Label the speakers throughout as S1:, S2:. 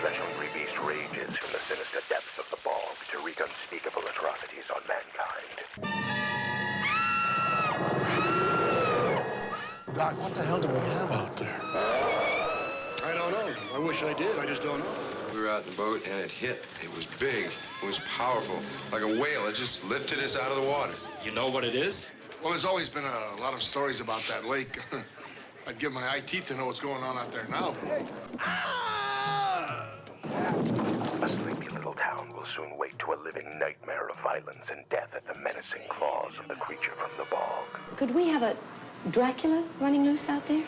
S1: flesh-hungry beast rages from the sinister depths of the bog to wreak unspeakable atrocities on mankind.
S2: God, what the hell do we have out there?
S3: I don't know. I wish I did. I just don't know.
S4: We were out in the boat and it hit. It was big. It was powerful. Like a whale. It just lifted us out of the water.
S5: You know what it is?
S3: Well, there's always been a lot of stories about that lake. I'd give my eye teeth to know what's going on out there now.
S1: A sleepy little town will soon wake to a living nightmare of violence and death at the menacing claws of the creature from the bog.
S6: Could we have a Dracula running loose out there?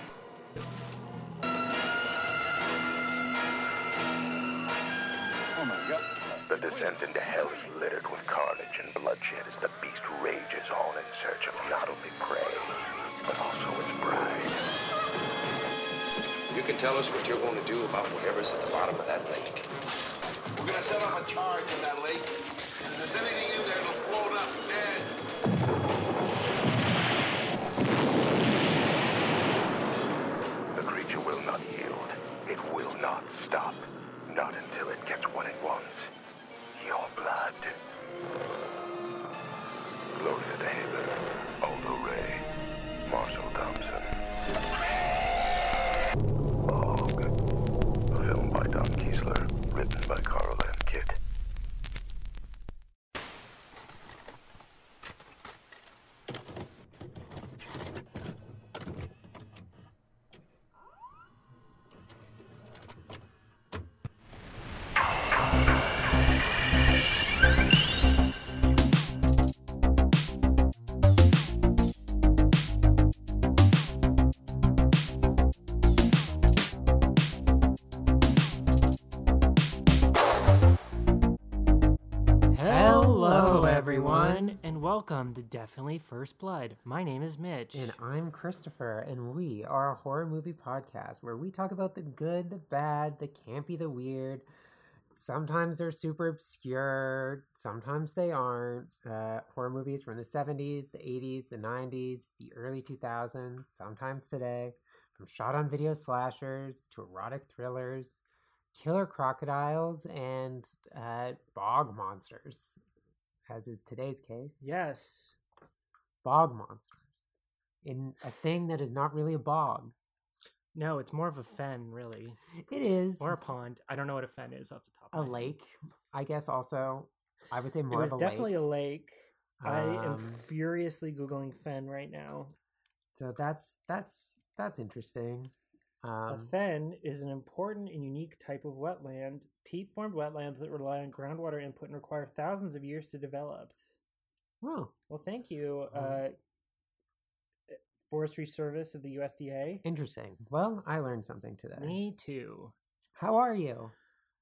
S1: The descent into hell is littered with carnage and bloodshed as the beast rages on in search of not only prey, but also its bride.
S4: You can tell us what you're going to do about whatever's at the bottom of that lake.
S3: We're gonna set up a charge in that lake. And if there's anything in there, it'll float up dead.
S1: The creature will not yield. It will not stop. Not until it gets what it wants. Your blood. Gloria DeHaber, Aldo Ray, Marcel Thompson. Bog. A film by Don Kiesler, written by Carl M. Kitt.
S7: Hello,
S8: Hello,
S7: everyone,
S8: everyone.
S7: and welcome to Definitely First Blood. My name is Mitch.
S8: And I'm Christopher, and we are a horror movie podcast where we talk about the good, the bad, the campy, the weird. Sometimes they're super obscure, sometimes they aren't. Uh, horror movies from the 70s, the 80s, the 90s, the early 2000s, sometimes today. From shot on video slashers to erotic thrillers, killer crocodiles, and uh, bog monsters, as is today's case.
S7: yes,
S8: bog monsters in a thing that is not really a bog.
S7: no, it's more of a fen, really,
S8: It is
S7: or a pond. I don't know what a fen is off the top.
S8: a
S7: of my head.
S8: lake, I guess. Also, I would say
S7: It
S8: more
S7: was
S8: of a
S7: definitely
S8: lake.
S7: a lake. I am
S8: Um,
S7: furiously googling fen right now.
S8: so that's that's that's interesting.
S7: a
S8: Um,
S7: fen is an important and unique type of wetland, peat-formed wetlands that rely on groundwater input and require thousands of years to develop.
S8: oh,
S7: Well, thank you, uh,
S8: Mm.
S7: Forestry Service of the USDA.
S8: interesting. Well, I learned something today.
S7: Me too.
S8: How are you?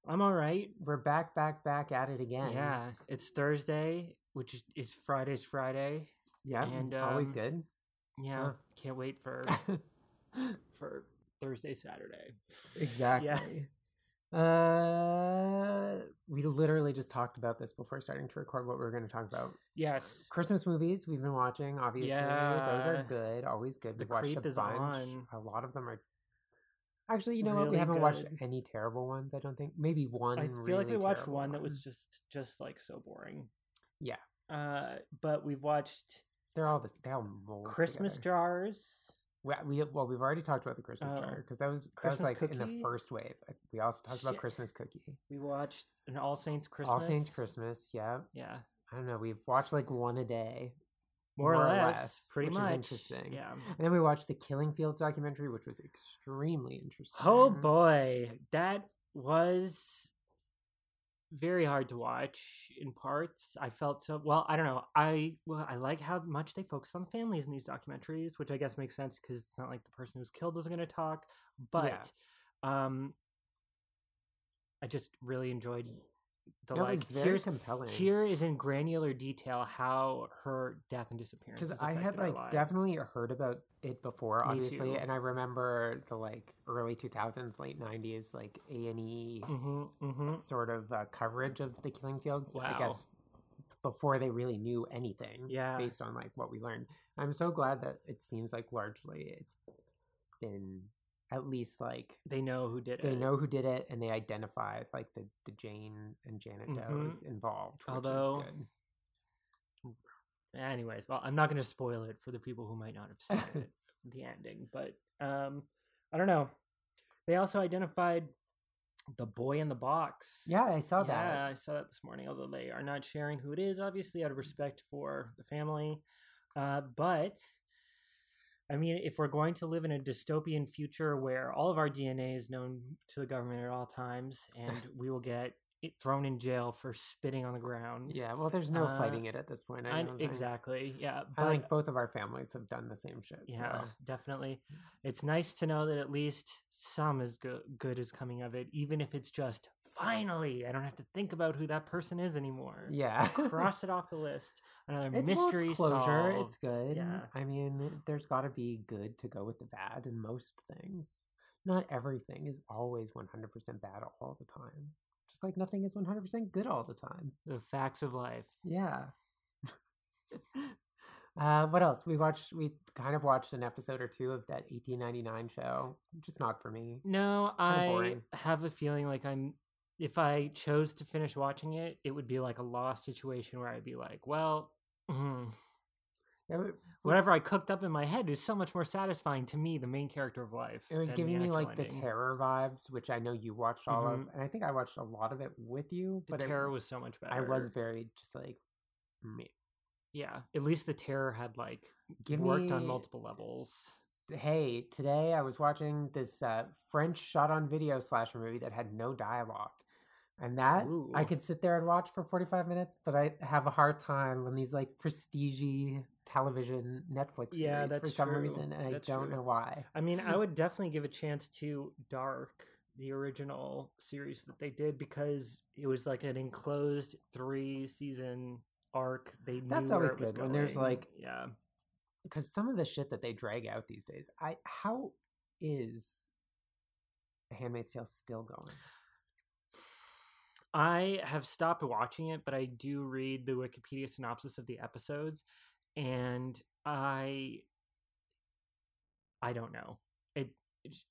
S7: I'm all right.
S8: We're back, back, back at it again.
S7: Yeah, it's Thursday, which is- is Friday's Friday.
S8: yeah,
S7: and,
S8: always
S7: um,
S8: good.
S7: Yeah,
S8: Huh.
S7: can't wait for for Thursday, Saturday.
S8: exactly. Uh, we literally just talked about this before starting to record what we were going to talk about
S7: Yes,
S8: Christmas movies we've been watching, obviously. Those
S7: Yeah.
S8: are good. Always good.
S7: The
S8: We've watched
S7: creep
S8: a
S7: is
S8: bunch.
S7: on.
S8: A lot of them are actually, you know what? We
S7: Really
S8: haven't watched
S7: good.
S8: any terrible ones, I don't think. Maybe one.
S7: I feel like we
S8: really
S7: watched
S8: terrible
S7: one that was just just like so boring.
S8: Yeah.
S7: Uh, but we've watched
S8: They're all this they all mold
S7: Christmas
S8: together.
S7: Jars.
S8: we, we well we've already talked about the Christmas
S7: Oh.
S8: jar because that was that
S7: Christmas
S8: was like in
S7: Cookie?
S8: the first wave. We also talked about
S7: Shit.
S8: Christmas cookie.
S7: We watched an All Saints Christmas.
S8: All Saints Christmas, yeah.
S7: Yeah,
S8: I don't know. We've watched like one a day.
S7: more, or,
S8: More or
S7: less,
S8: less,
S7: pretty
S8: which is
S7: much.
S8: interesting.
S7: Yeah.
S8: And then we watched the Killing Fields documentary, which was extremely interesting.
S7: Oh boy, that was very hard to watch in parts. I felt so well. I don't know. I well, I like how much they focus on families in these documentaries, which I guess makes sense because it's not like the person who's killed isn't going to talk. But um, I just really enjoyed the
S8: That
S7: like.
S8: was very
S7: here's
S8: compelling.
S7: here is in granular detail how her death and disappearance.
S8: because
S7: has
S8: I had
S7: affected our
S8: like
S7: lives.
S8: definitely heard about it before,
S7: Me
S8: obviously,
S7: too.
S8: and I remember the like early two thousands, late nineties, like A and E
S7: Mhm, mhm.
S8: sort of uh, coverage of the Killing Fields.
S7: Wow.
S8: I guess before they really knew anything,
S7: Yeah.
S8: based on like what we learned. I'm so glad that it seems like largely it's been. I at least like
S7: They know who did it.
S8: they know who did it and they identified like the, the Jane and Janet
S7: Mhm.
S8: Doe's involved. Which
S7: Although-
S8: is good.
S7: Anyways, well, I'm not going to spoil it for the people who might not have seen it, the ending, but um, I don't know. They also identified the boy in the box.
S8: yeah, I saw
S7: Yeah,
S8: that.
S7: I saw that this morning. Although they are not sharing who it is, obviously out of respect for the family, uh, but I mean, if we're going to live in a dystopian future where all of our DNA is known to the government at all times, and we will get it thrown in jail for spitting on the ground.
S8: Yeah, well, there's no
S7: Uh,
S8: fighting it at this point. I
S7: I-
S8: don't think.
S7: exactly. Yeah,
S8: I
S7: but-
S8: think both of our families have done the same shit.
S7: yeah,
S8: so.
S7: definitely. It's nice to know that at least some is good good is coming of it, even if it's just finally. I don't have to think about who that person is anymore.
S8: Yeah.
S7: cross it off the list. Another
S8: It's- well,
S7: mystery
S8: it's closure. It's
S7: solved.
S8: good.
S7: Yeah,
S8: I mean, there's got to be good to go with the bad in most things. Not everything is always 100% bad all the time. Just like nothing is 100% good all the time.
S7: the facts of life.
S8: Yeah. uh, what else? We watched. We kind of watched an episode or two of that 1899 show. Just not for me.
S7: No,
S8: Kinda
S7: I
S8: boring.
S7: have a feeling like I'm. If I chose to finish watching it, it would be like a lost situation where I'd be like, well. mhm,
S8: It, w-
S7: Whatever I cooked up in my head is so much more satisfying to me, the main character of life.
S8: it was
S7: than the
S8: giving me
S7: actual
S8: like the
S7: ending.
S8: terror vibes, which I know you watched all of,
S7: Mhm.
S8: and I think I watched a lot of it with you.
S7: The
S8: but it-
S7: terror was so much better.
S8: I was very just like, meh.
S7: yeah. At least the terror had like
S8: give
S7: worked
S8: me
S7: on multiple levels.
S8: hey today i was watching this uh, french shot on video slasher movie that had no dialogue and that i
S7: Ooh.
S8: could sit there and watch for 45 minutes but i have a hard time when these like prestige television netflix
S7: Yeah,
S8: series for
S7: that's
S8: some
S7: true.
S8: reason and
S7: That's
S8: i don't
S7: true.
S8: know why
S7: I mean, I would definitely give a chance to Dark, the original series that they did, because it was like an enclosed three season arc. They
S8: That's
S7: knew where
S8: always
S7: it was
S8: good when there's,
S7: going.
S8: like-
S7: yeah,
S8: because some of the shit that they drag out these days i how is the handmaid's tale still going
S7: I have stopped watching it, but I do read the Wikipedia synopsis of the episodes, and I, I don't know. It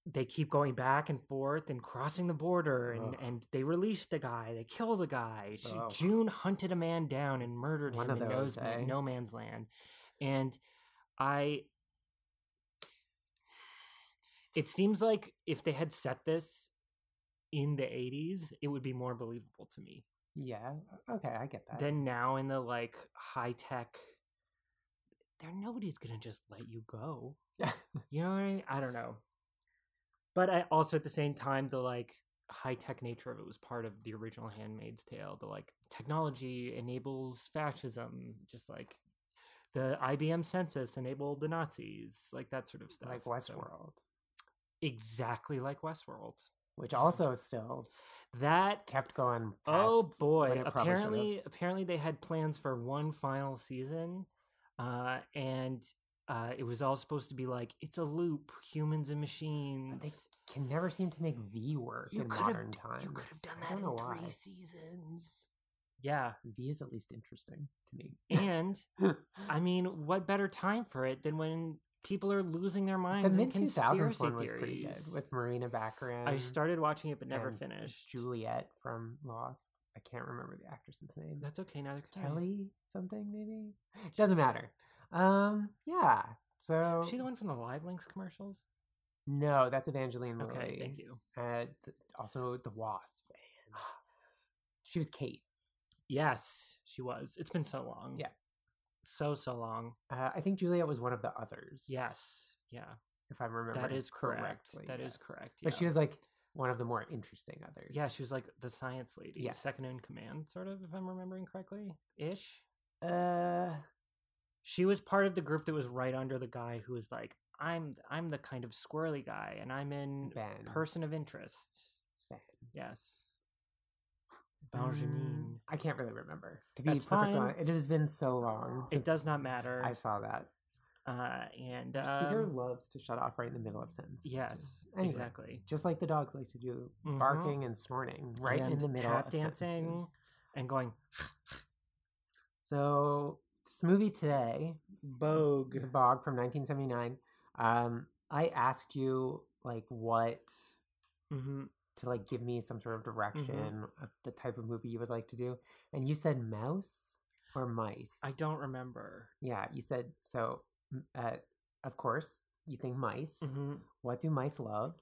S7: they keep going back and forth and crossing the border, and
S8: Ugh.
S7: and they release the guy, they kill the guy. She,
S8: Ugh.
S7: June hunted a man down and murdered
S8: One
S7: him
S8: of
S7: in
S8: those,
S7: those, ma-
S8: eh?
S7: no man's land, and I. It seems like if they had set this in the 80s, it would be more believable to me
S8: yeah okay i get that
S7: than now in the like high tech. There, nobody's gonna just let you go. You know what I mean? I don't know. But I also at the same time, the like high tech nature of it was part of the original Handmaid's Tale. The like technology enables fascism, just like the IBM census enabled the Nazis, like that sort of stuff.
S8: like
S7: So-
S8: westworld
S7: exactly like Westworld.
S8: which also still
S7: That
S8: kept going.
S7: Oh
S8: past when
S7: boy!
S8: it probably should've.
S7: Apparently, apparently they had plans for one final season, uh, and uh, it was all supposed to be like it's a loop, humans and
S8: But
S7: machines.
S8: they can never seem to make V work in
S7: could've-
S8: modern times.
S7: You could have done
S8: I
S7: that
S8: don't know
S7: in
S8: why.
S7: three seasons. Yeah,
S8: V is at least interesting to me.
S7: and I mean, what better time for it than when people are losing their minds?
S8: the
S7: in
S8: mid two thousands
S7: conspiracy
S8: one was pretty good
S7: theories?
S8: with Marina Baccarin.
S7: I started watching it but never
S8: and
S7: finished.
S8: Juliet from Lost. I can't remember the actress's name.
S7: That's okay. Neither can I.
S8: Kelly something maybe. Doesn't matter. Um. Yeah. So
S7: Is she the one from the Live Links commercials?
S8: no, that's Evangeline Lilly.
S7: Okay, thank you.
S8: And Uh, also the Wasp. And she was Kate.
S7: Yes, she was. It's been so long.
S8: Yeah.
S7: So, so long.
S8: Uh, I think Juliet was one of the others.
S7: Yes. Yeah.
S8: if I'm remembering
S7: is correct.
S8: correctly.
S7: That is
S8: yes.
S7: correct,
S8: But she
S7: yeah.
S8: was like one of the more interesting others.
S7: Yeah, she was like the science lady, second in
S8: Yes.
S7: command, sort of, if I'm remembering correctly ish.
S8: Uh,
S7: She was part of the group that was right under the guy who was like, I'm I'm the kind of squirrely guy and I'm in
S8: Ben.
S7: person of interest.
S8: Ben.
S7: Yes. Benjamin.
S8: mm, I can't really remember. To be
S7: That's
S8: perfectly
S7: fine.
S8: honest, it has been so long.
S7: It
S8: since
S7: does not matter.
S8: I saw that.
S7: uh, and
S8: The Speaker
S7: um,
S8: loves to shut off right in the middle of sentences. too.
S7: yes,
S8: Anyway,
S7: exactly.
S8: Just like the dogs like to do,
S7: Mhm.
S8: barking and snorting right in
S7: And
S8: the middle
S7: tap
S8: of
S7: dancing.
S8: sentences.
S7: And going
S8: So this movie today,
S7: bogue.
S8: The Bog from 1979. Um, I asked you like what
S7: hmm
S8: to like give me some sort of
S7: Mm-hmm.
S8: direction of the type of movie you would like to do. And you said mouse or mice.
S7: I don't remember.
S8: Yeah, you said so. m- Uh, of course, you think mice.
S7: hmm
S8: What do mice love?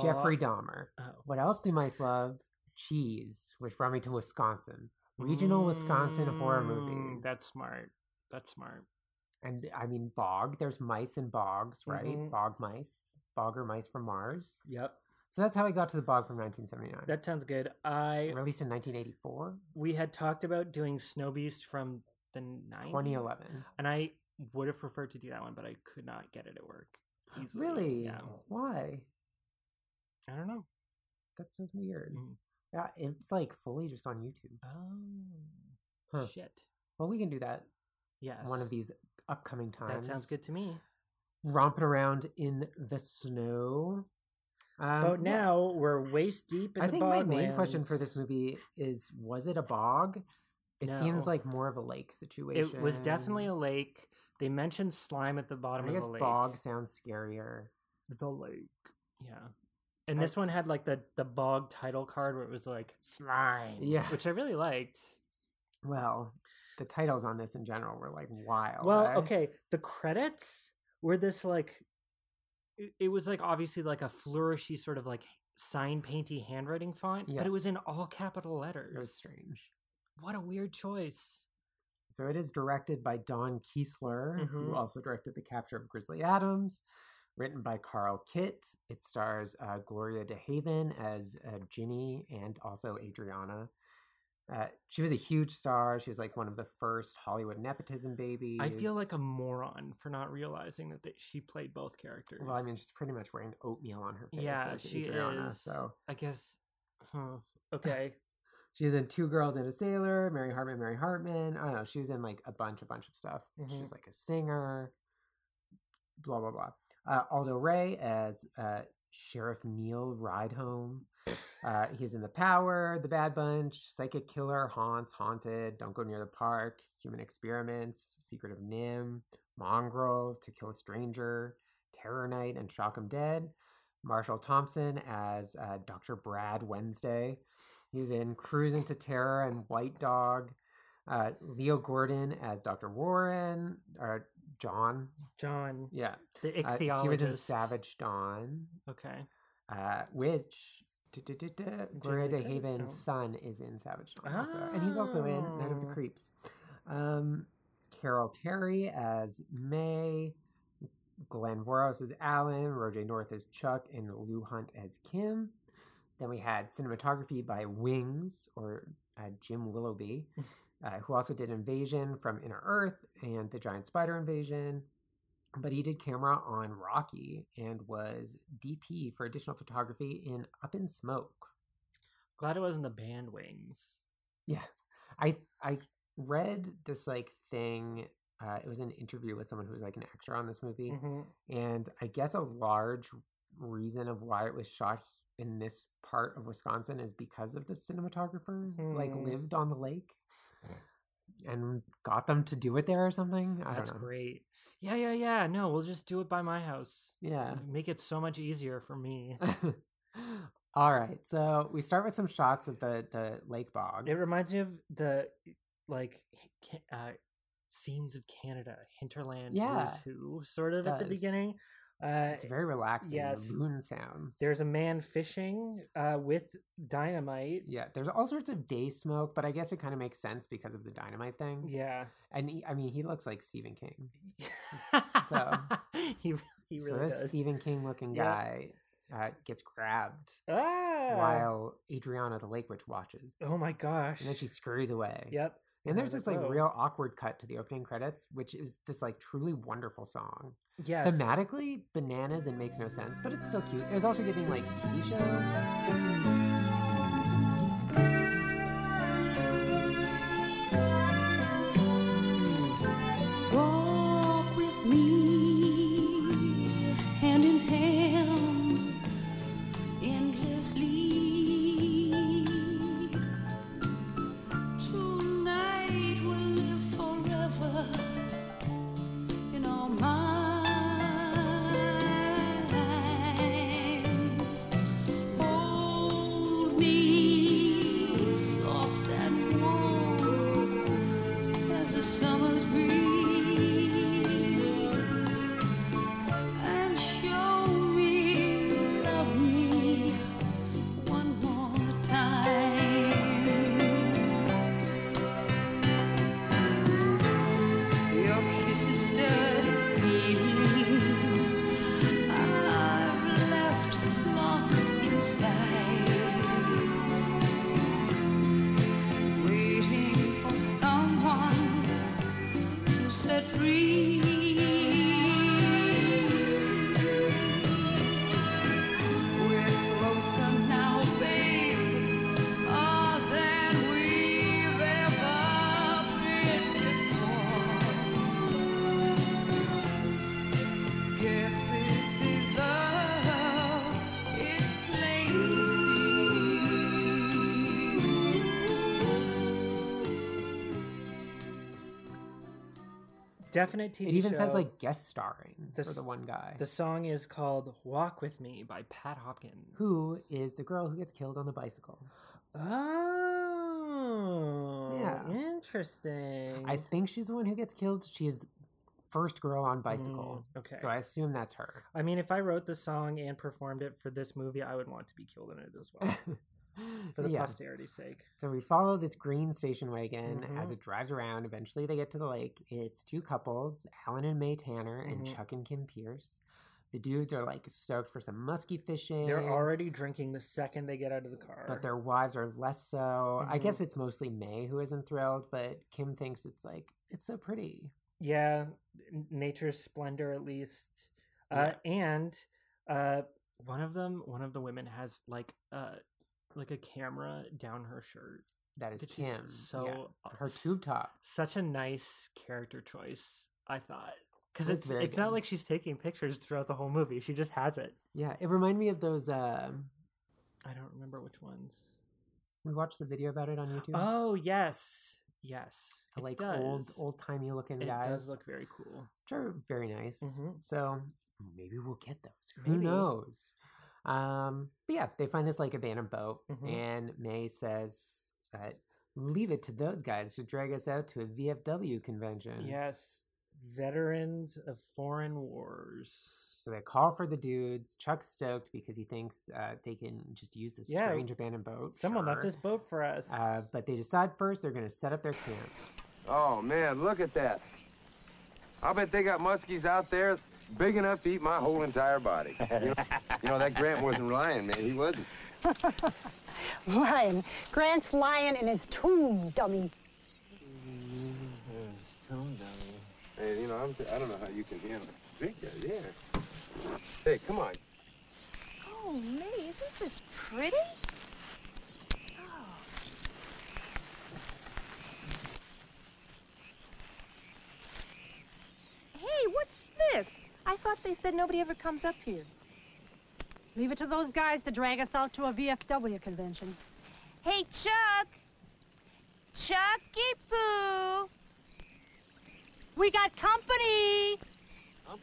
S8: Jeffrey Dahmer.
S7: Oh.
S8: What else do mice love? Cheese, which brought me to Wisconsin. Regional Wisconsin horror
S7: Mm,
S8: movies.
S7: That's smart. That's smart.
S8: and I mean bog. There's mice in bogs, right?
S7: Mhm.
S8: Bog mice, bog or mice from Mars.
S7: Yep.
S8: So that's how I got to the bog from 1979.
S7: That sounds good. I
S8: released in 1984,
S7: we had talked about doing Snow Beast from the 90s,
S8: 2011.
S7: and I would have preferred to do that one, but I could not get it at work. Easily.
S8: Really?
S7: Yeah.
S8: Why?
S7: I don't know.
S8: That sounds weird.
S7: Mm.
S8: Yeah, it's like fully just on YouTube.
S7: Oh
S8: Huh.
S7: shit.
S8: Well, we can do that
S7: Yes.
S8: one of these upcoming
S7: That
S8: times.
S7: sounds good to me.
S8: Romping around in the snow. Um,
S7: but
S8: yeah.
S7: now we're waist deep in
S8: I
S7: the
S8: think my main question for
S7: boglands.
S8: this movie is: Was it a bog? It
S7: No.
S8: seems like more of a lake situation.
S7: It was definitely a lake. They mentioned slime at the bottom
S8: I
S7: of
S8: guess
S7: the lake.
S8: bog sounds scarier.
S7: The lake. Yeah. And
S8: I-
S7: this one had like the the bog title card where it was like slime.
S8: Yeah.
S7: Which I really liked.
S8: Well, the titles on this in general were like wild.
S7: well,
S8: eh?
S7: okay. The credits were this like it, it was like obviously like a flourishy sort of like sign painty handwriting font,
S8: Yeah.
S7: but it was in all capital letters.
S8: it was strange.
S7: What a weird choice.
S8: So it is directed by Don Keesler, who
S7: Mhm.
S8: also directed The Capture of Grizzly Adams, written by Carl Kitt. It stars uh, Gloria DeHaven as uh, Ginny and also Adriana. Uh, she was a huge star. She was like one of the first Hollywood nepotism babies.
S7: I feel like a moron for not realizing that they, she played both characters.
S8: Well, I mean, she's pretty much wearing oatmeal on her face.
S7: yeah,
S8: as
S7: she
S8: Adriana,
S7: is.
S8: So
S7: I guess. Huh. Okay.
S8: She's in Two Girls and a Sailor, Mary Hartman, Mary Hartman. I don't know. She was in like a bunch, a bunch of stuff. She
S7: Mhm.
S8: was like a singer, blah, blah, blah. Uh, Aldo Ray as uh, Sheriff Neil Rideholm. Uh, he's in The Power, The Bad Bunch, Psychic Killer, Haunts, Haunted, Don't Go Near the Park, Human Experiments, Secret of Nim, Mongrel, To Kill a Stranger, Terror Night, and Shock 'em Dead. Marshall Thompson as uh, Dr. Brad Wednesday. He's in Cruising to Terror and White Dog. Uh, Leo Gordon as Dr. Warren or John.
S7: John,
S8: Yeah.
S7: the
S8: Uh,
S7: ichthyologist.
S8: he was in Savage Dawn,
S7: Okay.
S8: uh, which duh, duh, duh, duh, Gloria
S7: Jennifer Coolidge,
S8: DeHaven's
S7: no.
S8: son is in Savage Dawn. Also. And he's also in Night of the
S7: Oh.
S8: Creeps. Um, Carol Terry as May. Glenn Voros as Alan, Roger North as Chuck, and Lou Hunt as Kim. Then we had cinematography by Wings or uh, Jim Willoughby, uh, who also did Invasion from Inner Earth and the Giant Spider Invasion. But he did camera on Rocky and was DP for additional photography in Up in Smoke.
S7: Glad it wasn't the band Wings.
S8: Yeah, I I read this like thing. Uh, it was an interview with someone who was like an extra on this movie,
S7: Mm-hmm,
S8: and I guess a large reason of why it was shot h- in this part of Wisconsin is because of the cinematographer like
S7: Hmm.
S8: lived on the lake and got them to do it there or something. I
S7: That's
S8: don't know.
S7: great. Yeah, yeah, yeah. No, we'll just do it by my house.
S8: Yeah.
S7: Make it so much easier for me.
S8: All right. So we start with some shots of the the lake bog.
S7: It reminds me of the like ca- uh, scenes of Canada, hinterland,
S8: Yeah,
S7: who's who, sort of at the
S8: does.
S7: beginning. Uh,
S8: It's very relaxing.
S7: yes.
S8: The moon sounds.
S7: there's a man fishing uh, with dynamite.
S8: yeah, there's all sorts of day smoke, but I guess it kind of makes sense because of the dynamite thing.
S7: Yeah.
S8: And he, I mean, he looks like Stephen King.
S7: so he re- he
S8: so
S7: really
S8: this
S7: does.
S8: Stephen King looking
S7: Yeah.
S8: guy uh, gets grabbed
S7: Ah!
S8: while Adriana the Lake Witch watches.
S7: Oh my gosh.
S8: And then she scurries away.
S7: Yep.
S8: And
S7: I
S8: there's
S7: was
S8: this
S7: like,
S8: like
S7: "Whoa."
S8: real awkward cut to the opening credits, which is this like truly wonderful song.
S7: Yes.
S8: Thematically, bananas and makes no sense, but it's still cute. It was also giving like TV show.
S6: Walk with me, hand in hand, endlessly. Tonight we'll live forever in our minds.
S7: definite TV
S8: It even says
S7: show.
S8: like guest starring
S7: The
S8: for
S7: s-
S8: the one guy.
S7: the song is called "Walk with Me" by Pat Hopkins.
S8: who is the girl who gets killed on the bicycle?
S7: Oh,
S8: Yeah.
S7: interesting.
S8: I think she's the one who gets killed. She's first girl on bicycle.
S7: Mm, okay.
S8: So I assume that's her.
S7: I mean, if I wrote the song and performed it for this movie, I would want to be killed in it as well, for the
S8: yeah.
S7: posterity's sake.
S8: So we follow this green station wagon as
S7: Mhm.
S8: it drives around. Eventually they get to the lake. It's two couples, Alan and May Tanner and
S7: Mhm.
S8: Chuck and Kim Pierce. The dudes are like stoked for some musky fishing.
S7: They're already drinking the second they get out of the car.
S8: but their wives are less so. I
S7: Mhm.
S8: guess it's mostly May who isn't thrilled, but Kim thinks it's like it's so pretty.
S7: yeah, n- nature's splendor at least. Uh, And uh, one of them, one of the women has like uh, like a camera down her shirt.
S8: That is
S7: Which is
S8: Kim.
S7: so uh,
S8: yeah. her
S7: us-
S8: tube top.
S7: Such a nice character choice, I thought. Because
S8: That's
S7: it's
S8: very
S7: it's not
S8: good.
S7: like she's taking pictures throughout the whole movie. She just has it.
S8: Yeah, it reminded me of those. Uh,
S7: I don't remember which ones.
S8: we watched the video about it on YouTube.
S7: Oh yes, yes.
S8: the,
S7: it
S8: like old,
S7: does.
S8: old timey looking
S7: It
S8: guys,
S7: does look very cool.
S8: which are very nice.
S7: Mhm.
S8: So maybe we'll get those. Who
S7: Maybe.
S8: knows? Um, but yeah, they find this like abandoned boat,
S7: Mhm.
S8: and May says, uh, "Leave it to those guys to drag us out to a VFW convention."
S7: Yes, veterans of foreign wars.
S8: So they call for the dudes. Chuck's stoked because he thinks uh, they can just use this
S7: Yeah,
S8: strange abandoned boat.
S7: Someone left
S8: Sure.
S7: this boat for us.
S8: Uh, but they decide first they're going to set up their camp.
S4: Oh man, look at that. I'll bet they got muskies out there big enough to eat my whole entire body. You know, you know, that Grant wasn't lying, man. He wasn't.
S5: Lion. Grant's lion in his tomb, dummy.
S4: Hey, you know, I'm, I don't know how you can handle it. Drink that, yeah. Hey, come on.
S5: Oh, May, isn't this pretty? Oh, Hey, what's this? I thought they said nobody ever comes up here. Leave it to those guys to drag us out to a VFW convention. Hey, Chuck! Chucky Poo! We got company!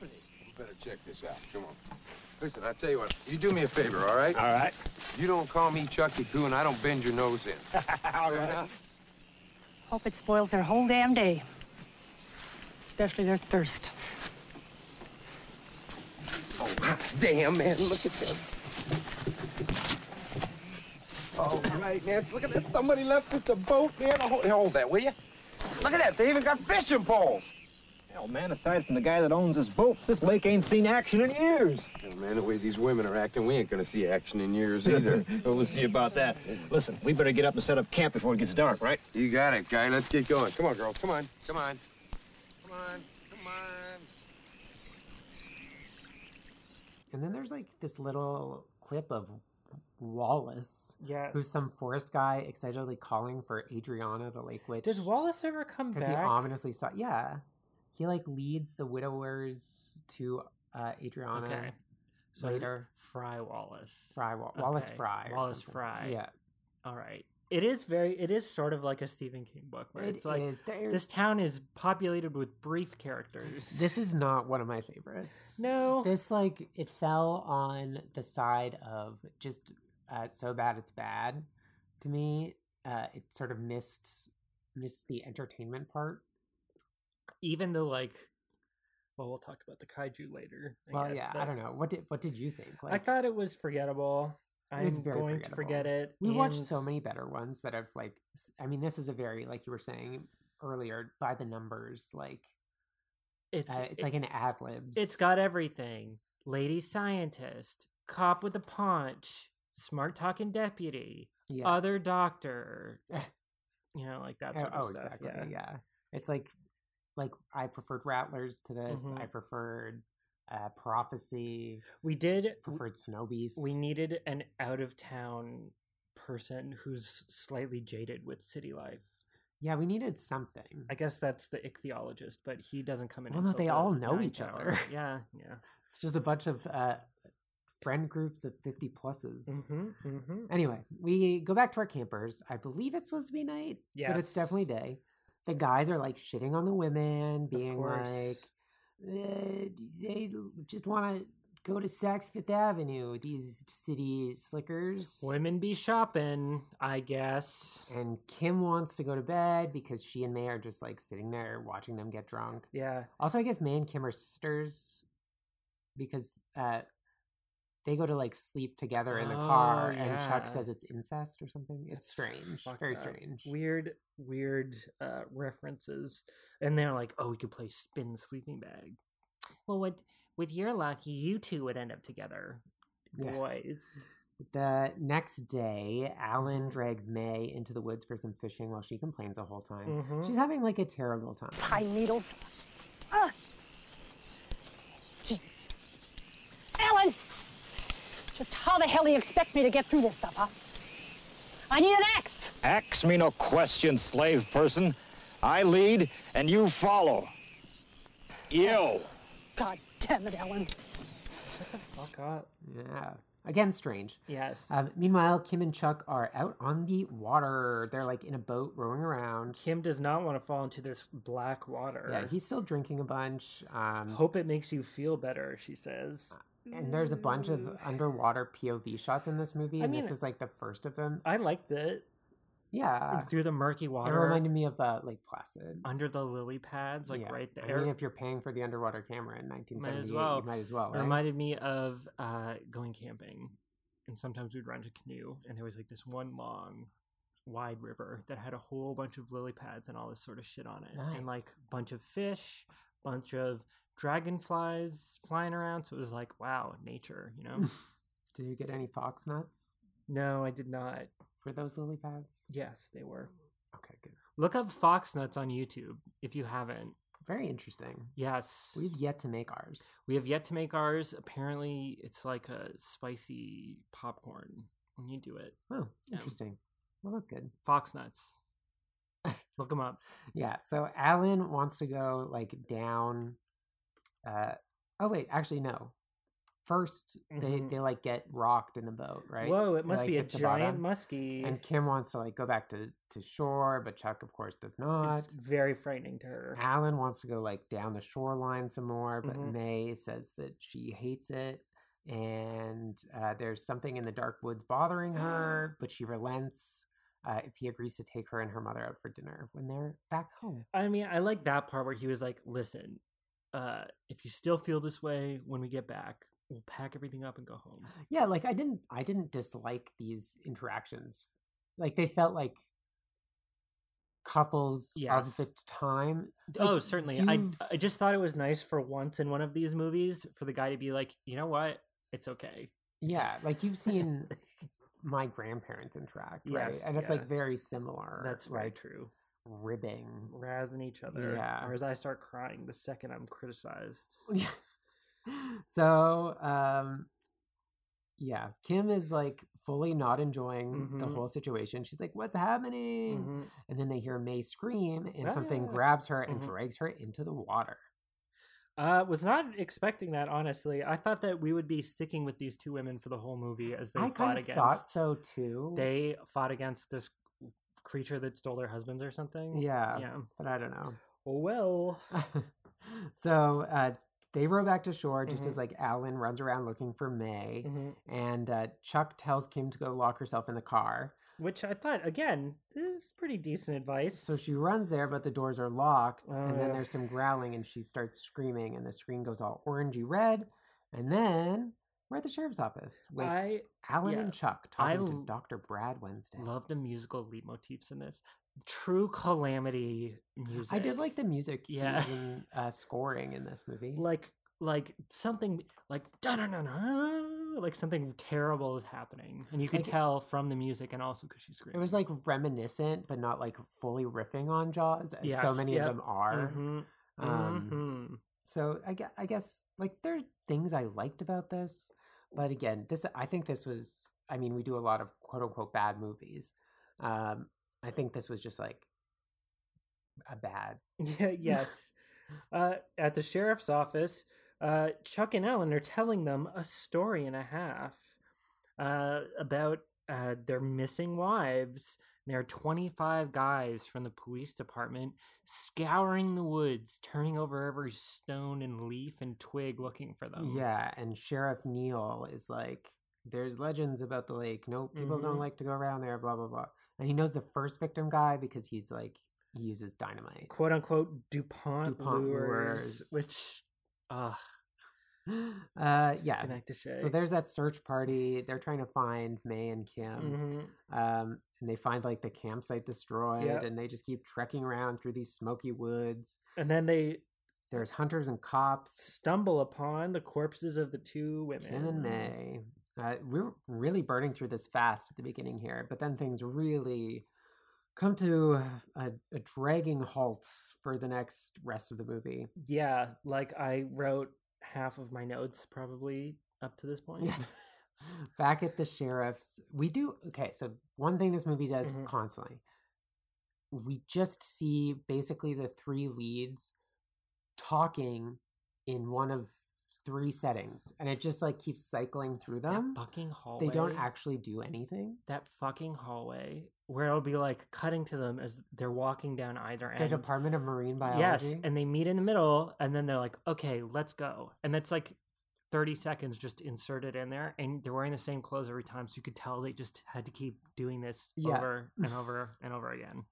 S4: You better check this out. Come on. Listen, I tell you what. You do me a favor, all right? All right. You don't call me Chucky Poo, and I don't bend your nose in.
S5: Hope it spoils their whole damn day. Especially their thirst.
S4: Oh, damn, man, look at this. All right, man, look at this. Somebody left us a boat, man. Hold, hold that, will you? Look at that. They even got fishing poles.
S9: Hell, man, aside from the guy that owns this boat, this lake ain't seen action in years.
S4: man, the way these women are acting, we ain't gonna see action in years either.
S9: we'll see about that. Listen, we better get up and set up camp before it gets dark, right?
S4: you got it, guy. Let's get going. Come on, girl. Come on. Come on. Come on. Come on.
S8: And then there's like this little clip of Wallace,
S7: yes.
S8: who's some forest guy excitedly calling for Adriana, the lake witch.
S7: Does Wallace ever come back?
S8: Because he ominously saw. Yeah. He like leads the widowers to uh, Adriana.
S7: Okay. So is
S8: later.
S7: Fry Wallace.
S8: Fry, Wa- Wallace
S7: Okay,
S8: Fry. or
S7: Wallace
S8: something.
S7: Fry.
S8: Yeah.
S7: All right. It is very. It is sort of like a Stephen King book where
S8: It
S7: it's like
S8: is- there-
S7: this town is populated with brief characters.
S8: This is not one of my favorites.
S7: no.
S8: This like it fell on the side of just uh, so bad it's bad to me. Uh, it sort of missed missed the entertainment part.
S7: even the like. Well, we'll talk about the kaiju later. I
S8: well,
S7: guess,
S8: yeah, I
S7: but
S8: don't know. What did what did you think?
S7: I thought it was forgettable.
S8: It was
S7: I'm
S8: very
S7: going to forget
S8: forgettable.
S7: it.
S8: we watched so
S7: and-
S8: many better ones that have like. s- I mean, this is a very like you were saying earlier by the numbers like
S7: It's
S8: uh, it's
S7: it-
S8: like an ad libs.
S7: It's got everything. Lady scientist, cop with a punch, smart talking deputy,
S8: yeah.
S7: other doctor. You know, like that
S8: Oh,
S7: sort of
S8: oh,
S7: stuff.
S8: exactly.
S7: Yeah.
S8: Yeah. It's like like I preferred Rattlers to this.
S7: Mhm.
S8: I preferred uh, Prophecy.
S7: We did
S8: Preferred Snow Beast.
S7: we needed an out of town person who's slightly jaded with city life.
S8: yeah, we needed something.
S7: I guess that's the ichthyologist, but he doesn't come in.
S8: Well, no,
S7: until
S8: they
S7: the
S8: all know
S7: ninth
S8: each
S7: hour.
S8: other.
S7: Yeah, yeah.
S8: It's just a bunch of uh, friend groups of fifty pluses.
S7: Mm-hmm, mm-hmm.
S8: Anyway, we go back to our campers. I believe it's supposed to be night, but it's
S7: Yes.
S8: definitely day. the guys are like shitting on the women,
S7: of
S8: being
S7: course.
S8: like, "Uh, they just want to go to Saks Fifth Avenue, these city slickers.
S7: Women be shopping, I guess.
S8: And Kim wants to go to bed because she and May are just like sitting there watching them get drunk.
S7: Yeah.
S8: Also, I guess May and Kim are sisters because uh, they go to like sleep together in the car,
S7: Oh,
S8: and Chuck
S7: yeah.
S8: says it's incest or something. It's
S7: That's
S8: strange,
S7: fucked
S8: very
S7: up.
S8: strange.
S7: Weird, weird uh, references. And they're like, oh, we could play spin the sleeping bag. Well, with, with your luck, you two would end up together.
S8: Yeah.
S7: Boys.
S8: The next day,
S7: Mm-hmm.
S8: Alan drags May into the woods for some fishing while she complains the whole time.
S7: Mhm.
S8: She's having like a terrible time.
S10: pine needles. Ah. Ugh. Gee. Alan! Just how the hell do you expect me to get through this stuff, huh? I need an axe!
S9: Ax me no question, slave person. I lead and you follow. Ew.
S10: God damn it, Alan.
S7: Fuck up.
S8: Yeah. Again, strange.
S7: Yes.
S8: Um, meanwhile, Kim and Chuck are out on the water. They're like in a boat rowing around.
S7: Kim does not want to fall into this black water.
S8: Yeah, he's still drinking a bunch. Um,
S7: Hope it makes you feel better, she says.
S8: and there's a bunch of underwater POV shots in this movie,
S7: Mm. I
S8: and
S7: mean-
S8: this is like the first of them.
S7: I liked it.
S8: Yeah,
S7: Like, through the
S8: Ah.
S7: murky
S8: it
S7: water,
S8: reminded me of uh, Lake Placid.
S7: under the lily pads, like
S8: Yeah.
S7: right
S8: I
S7: there.
S8: mean, if you're paying for the underwater camera in 1978,
S7: well.
S8: you might as well.
S7: It
S8: Right?
S7: reminded me of uh, going camping, and sometimes we'd rent a canoe, and there was like this one long, wide river that had a whole bunch of lily pads and all this sort of shit on it, and like
S8: Nice.
S7: bunch of fish, bunch of dragonflies flying around. So it was like, wow, nature, you know?
S8: Did you get any fox nuts?
S7: no, I did not.
S8: Were those lily pads?
S7: Yes, they were.
S8: Okay, good.
S7: Look up fox nuts on YouTube if you haven't.
S8: Very interesting.
S7: Yes,
S8: We've yet to make ours.
S7: We have yet to make ours. Apparently, it's like a spicy popcorn when you do it.
S8: Oh,
S7: Yeah.
S8: interesting. Well, that's good.
S7: Fox nuts. Look them up.
S8: Yeah. So Alan wants to go like down. Uh, oh wait, actually no. 1st
S7: Mhm.
S8: they they like get rocked in the boat, right?
S7: Whoa, it
S8: They,
S7: must
S8: like,
S7: be a
S8: hit the bottom.
S7: giant muskie.
S8: And Kim wants to like go back to to shore, but Chuck, of course, does not.
S7: It's very frightening to her.
S8: Alan wants to go like down the shoreline some more, but
S7: Mhm.
S8: May says that she hates it. And uh, there's something in the dark woods bothering her, but she relents uh, if he agrees to take her and her mother out for dinner when they're back home.
S7: I mean, I like that part where he was like, listen, uh, if you still feel this way when we get back, we'll pack everything up and go home.
S8: Yeah, like I didn't, I didn't dislike these interactions. Like they felt like couples of the
S7: Yes.
S8: time.
S7: oh,
S8: Like,
S7: certainly. I,
S8: you've-
S7: I just thought it was nice for once in one of these movies for the guy to be like, you know what? It's okay.
S8: yeah, like you've seen my grandparents interact, right?
S7: Yes,
S8: And it's
S7: yeah.
S8: like very similar.
S7: That's
S8: like,
S7: very true.
S8: ribbing.
S7: razzing each other.
S8: Yeah.
S7: Or as I start crying the second I'm criticized.
S8: so, um, yeah, Kim is like fully not enjoying the
S7: Mhm.
S8: whole situation. She's like, "What's happening?"
S7: Mhm.
S8: And then they hear May scream, and something
S7: Ah.
S8: grabs her and
S7: Mhm.
S8: drags her into the water.
S7: Uh, was not expecting that honestly. I thought that we would be sticking with these two women for the whole movie as they
S8: I
S7: fought
S8: kind of
S7: against.
S8: thought so too.
S7: They fought against this creature that stole their husbands or something.
S8: yeah,
S7: Yeah.
S8: but I don't know.
S7: Well.
S8: so uh, they row back to shore just
S7: Mhm.
S8: as like Alan runs around looking for May,
S7: Mhm.
S8: and uh, Chuck tells Kim to go lock herself in the car.
S7: Which I thought again, this is pretty decent advice.
S8: So she runs there, but the doors are locked, and then
S7: Ugh.
S8: there's some growling, and she starts screaming, and the screen goes all orangey red. And then we're at the sheriff's office with
S7: I
S8: Alan
S7: yeah.
S8: and Chuck
S7: I
S8: talking to
S7: l-
S8: Dr. Brad Wednesday.
S7: love the musical leitmotifs in this. True calamity music.
S8: I did like the music
S7: Yeah.
S8: yeah. using uh, scoring in this movie.
S7: like like something like da na na like something terrible is happening and you can
S8: Like-
S7: tell from the music and also because she's
S8: It
S7: screaming
S8: was like reminiscent, but not like fully riffing on Jaws, as so
S7: Yes,
S8: many
S7: yep.
S8: of them are.
S7: Mhm,
S8: Um,
S7: mhm.
S8: So I guess, I guess like there are things I liked about this, but again, this I think this was. I mean, we do a lot of quote unquote bad movies. Um, I think this was just like a bad.
S7: Yeah, yes uh at the sheriff's office uh chuck and ellen are telling them a story and a half uh about uh their missing wives There are 25 guys from the police department scouring the woods, turning over every stone and leaf and twig looking for them.
S8: Yeah, and Sheriff Neal is like, there's legends about the lake. No, people
S7: Mhm.
S8: don't like to go around there, blah, blah, blah. And he knows the first victim guy because he's like, he uses dynamite.
S7: Quote unquote DuPont,
S8: DuPont
S7: lures,
S8: lures.
S7: which, uh,
S8: Uh, yeah.
S7: Schenectady.
S8: So there's that search party. They're trying to find May and Kim.
S7: mhm.
S8: Um, and they find like the campsite destroyed
S7: Yep.
S8: and they just keep trekking around through these smoky woods.
S7: and then they
S8: There's hunters and cops,
S7: stumble upon the corpses of the two women.
S8: Kim and May. Uh, we we're really burning through this fast at the beginning here, but then things really come to a, a dragging halt for the next rest of the movie.
S7: Yeah, like I wrote half of my notes probably up to this point.
S8: Yeah. Back at the sheriff's, we do okay. So one thing this movie does
S7: Mhm.
S8: constantly, we just see basically the three leads talking in one of three settings, and it just like keeps cycling through them.
S7: That fucking hallway.
S8: um, They don't actually do anything.
S7: that fucking hallway where it'll be like cutting to them as they're walking down either end.
S8: The Department of Marine Biology.
S7: Yes, and they meet in the middle, and then they're like, "Okay, let's go," and that's like thirty seconds just inserted in there, and they're wearing the same clothes every time, so you could tell they just had to keep doing this
S8: Yeah.
S7: over and over and over again.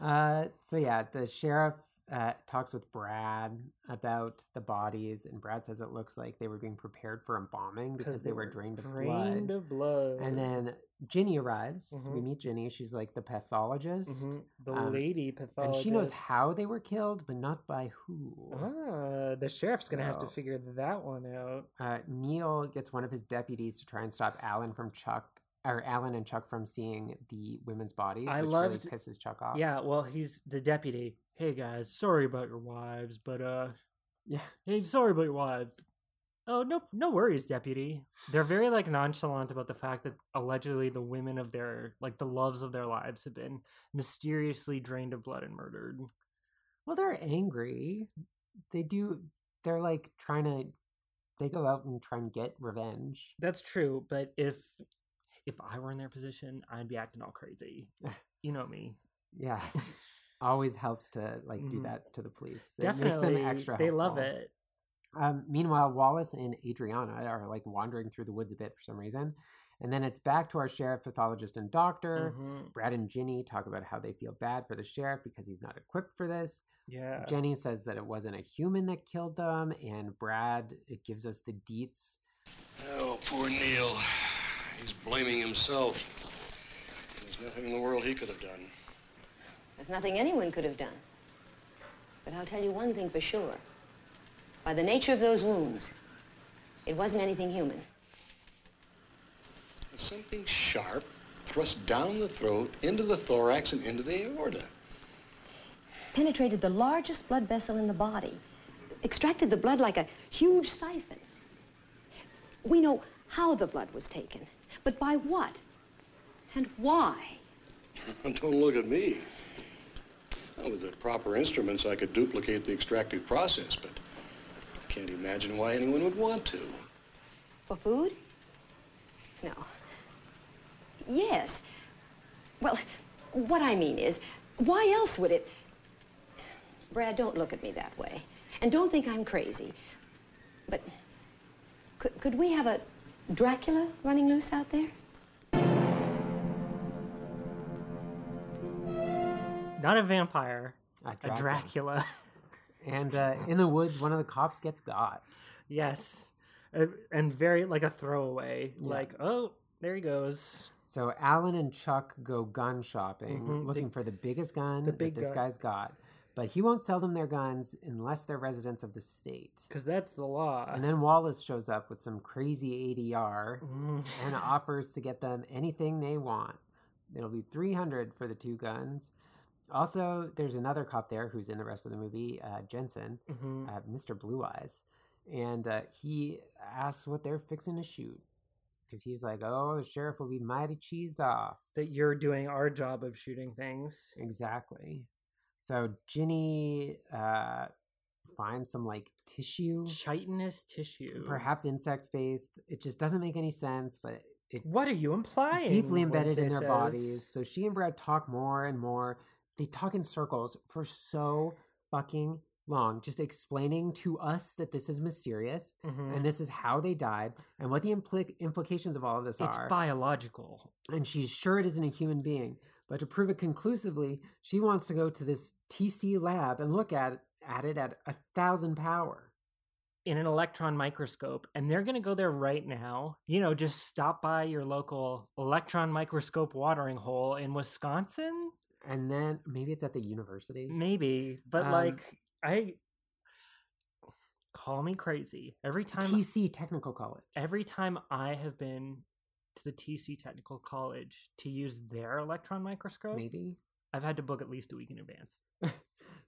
S8: Uh, so yeah, the sheriff uh, talks with Brad about the bodies, and Brad says it looks like they were being prepared for embalming because they, were, drained of
S7: drained
S8: blood.
S7: of blood.
S8: And then Ginny arrives. We
S7: Mhm.
S8: meet Ginny. She's like the pathologist,
S7: Mhm, the
S8: um,
S7: lady
S8: and
S7: pathologist,
S8: she knows how they were killed, but not by who.
S7: Ah, the sheriff's gonna have to
S8: So-
S7: figure that one out.
S8: Uh, Neil gets one of his deputies to try and stop Alan from Chuck. Or Alan and Chuck from seeing the women's bodies,
S7: I
S8: which
S7: loved-
S8: really pisses Chuck off.
S7: Yeah, well, he's the deputy. Hey guys, sorry about your wives, but uh,
S8: yeah.
S7: hey, sorry about your wives. Oh no, no worries, deputy. They're very like nonchalant about the fact that allegedly the women of their like the loves of their lives have been mysteriously drained of blood and murdered.
S8: Well, they're angry. They do. They're like trying to. They go out and try and get revenge.
S7: That's true, but if if I were in their position, I'd be acting all crazy. You know me.
S8: Yeah, always helps to like do
S7: Mhm.
S8: that to the police. It makes them
S7: Definitely,
S8: extra
S7: they love
S8: helpful.
S7: it.
S8: Um, meanwhile, Wallace and Adriana are like wandering through the woods a bit for some reason, and then it's back to our sheriff, pathologist, and doctor.
S7: Mhm,
S8: Brad and Ginny talk about how they feel bad for the sheriff because he's not equipped for this.
S7: Yeah.
S8: Jenny says that it wasn't a human that killed them, and Brad it gives us the deets
S3: Oh, poor Neil. He's blaming himself. There's nothing in the world he could have done.
S6: There's nothing anyone could have done. But I'll tell you one thing for sure. By the nature of those wounds, it wasn't anything human.
S3: Something sharp thrust down the throat, into the thorax, and into the aorta.
S6: Penetrated the largest blood vessel in the body, extracted the blood like a huge siphon. We know how the blood was taken, but by what? And why?
S3: Don't look at me. Well, with the proper instruments, I could duplicate the extractive process, but I can't imagine why anyone would want to.
S6: For food? No. Yes. Well, what I mean is, why else would it? Brad, don't look at me that way. And don't think I'm crazy. But could, could we have a Dracula running loose out there?
S7: Not a vampire.
S8: A
S7: A
S8: Dracula.
S7: Dracula.
S8: And uh, in the woods, one of the cops gets got.
S7: yes. And and very like a throwaway.
S8: Yeah.
S7: Like, oh, there he goes.
S8: So Alan and Chuck go gun shopping,
S7: Mhm,
S8: looking
S7: big-
S8: for the biggest gun
S7: the big
S8: that this
S7: gun.
S8: guy's got. But he won't sell them their guns unless they're residents of the state.
S7: Because that's the law.
S8: And then Wallace shows up with some crazy ADR
S7: Mm.
S8: and offers to get them anything they want. It'll be 300 for the two guns. Also, there's another cop there who's in the rest of the movie, uh, Jensen,
S7: Mhm.
S8: uh, Mr. Blue Eyes. And uh, he asks what they're fixing to shoot. Because he's like, oh, the sheriff will be mighty cheesed off.
S7: that you're doing our job of shooting things.
S8: Exactly. So Ginny uh, finds some like tissue,
S7: Chitinous tissue.
S8: perhaps insect based. It just doesn't make any sense, but
S7: What are you implying?
S8: deeply embedded in
S7: Wednesday
S8: their
S7: says.
S8: bodies. So she and Brad talk more and more. They talk in circles for so fucking long, just explaining to us that this is mysterious
S7: Mhm.
S8: and this is how they died and what the impli- implications of all of this
S7: it's
S8: are.
S7: biological.
S8: and she's sure it isn't a human being. But to prove it conclusively, she wants to go to this TC lab and look at at it at a thousand power.
S7: in an electron microscope and they're going to go there right now you know just stop by your local electron microscope watering hole in wisconsin
S8: And then maybe it's at the university.
S7: maybe but
S8: Um,
S7: like i call me crazy every time
S8: TC Technical College.
S7: every time i have been to the tc technical college to use their electron microscope
S8: Maybe.
S7: i've had to book at least a week in advance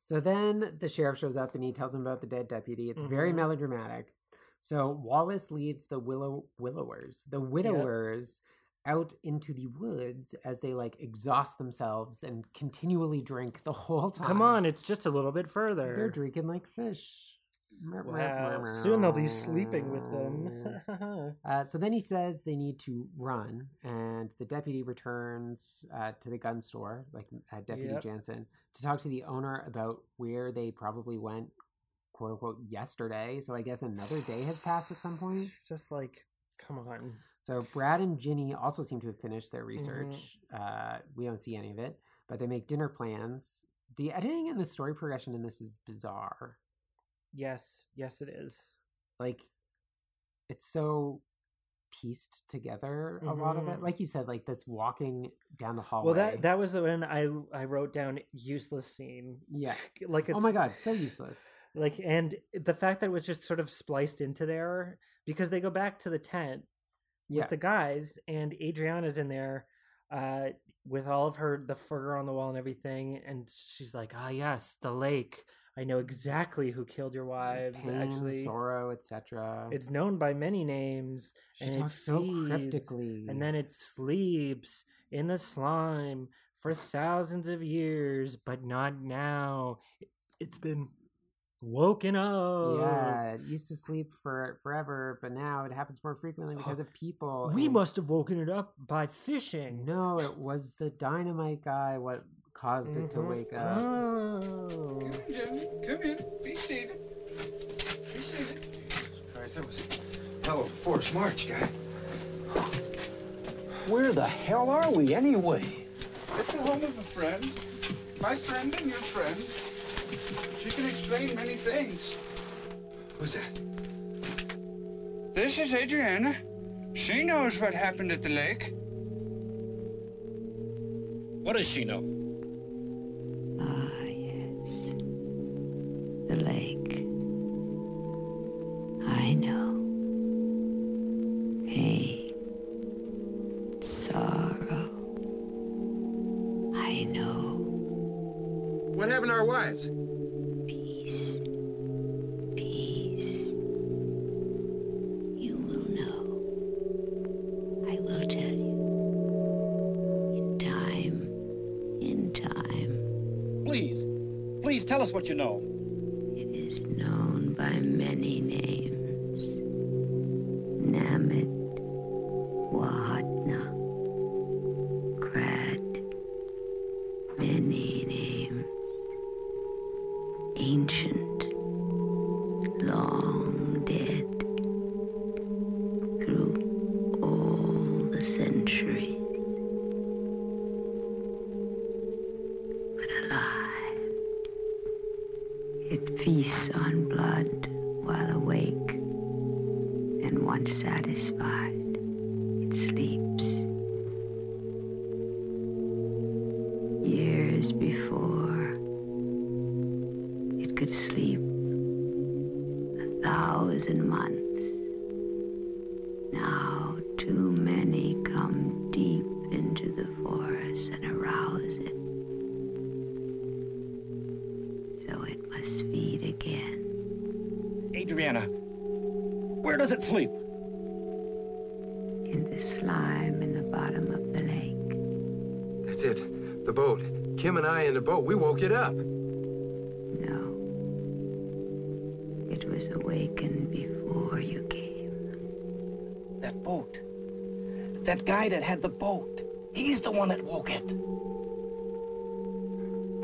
S8: So then the sheriff shows up and he tells him about the dead deputy. It's very
S7: Mhm.
S8: melodramatic. So Wallace leads the willow willowers, the widowers out into the woods as they like exhaust themselves and continually drink the whole time.
S7: come on it's just a little bit further
S8: They're drinking like fish. Mer- mer- mer-
S7: wow
S8: mer-
S7: soon they'll be sleeping with them
S8: Uh, so then he says they need to run, and the deputy returns uh, to the gun store, like uh, Deputy
S7: Yep.
S8: Jansen, to talk to the owner about where they probably went, quote unquote, yesterday. So I guess another day has passed at some point.
S7: just like come on
S8: So Brad and Ginny also seem to have finished their research. Uh, we don't see any of it, but they make dinner plans. The editing and the story progression in this is bizarre.
S7: Yes, yes, it is.
S8: like it's so pieced together a lot of it
S7: Mhm.
S8: like you said like this walking down the hallway
S7: Well, that that was the one I I wrote down useless scene.
S8: Yeah.
S7: like it's,
S8: oh my god so useless
S7: Like and the fact that it was just sort of spliced into there because they go back to the tent
S8: yeah
S7: with the guys and Adriana's in there uh with all of her the fur on the wall and everything and she's like, "Ah, yes, the lake. I know exactly who killed your wives."
S8: pain,
S7: Actually,
S8: sorrow etc
S7: it's known by many names.
S8: she
S7: and it
S8: talks so
S7: feeds,
S8: cryptically
S7: and then it sleeps in the slime for thousands of years, but not now. It- It's been woken up.
S8: yeah it used to sleep for forever but now it happens more frequently because of people
S7: We
S8: and-
S7: must have woken it up by fishing.
S8: no it was the dynamite guy what caused it to
S7: Mhm.
S8: wake up
S7: Oh.
S4: Jimmy, come in. Be seated. Be seated. Christ, that was a hell of a forced march, guy.
S9: Where the hell are we anyway?
S4: At the home of a friend. My friend and your friend. She can explain many things. Who's that? This is Adriana. She knows what happened at the lake.
S9: What does she know?
S11: Ah, yes. The lake. I know. Pain. Sorrow. I know
S4: What happened to our wives?
S11: peace. Peace. You will know. I will tell you. In time. In time.
S9: Please, please tell us what you know.
S11: It is known by many names. Namit, Wahatna, Krad. Many names. Ancient, long dead. Through all the centuries. But alive. It feasts on blood while awake, and once satisfied, it sleeps. Years before, it could sleep a thousand months. Now, too many come deep into the forest and arouse it so it must feed again.
S9: Adriana, where does it sleep?
S11: In the slime in the bottom of the lake.
S4: That's it. The boat. Kim and I in the boat. We woke it up.
S11: No. It was awakened before you came.
S9: That boat.
S12: that guy that had the boat. He's the one that woke it.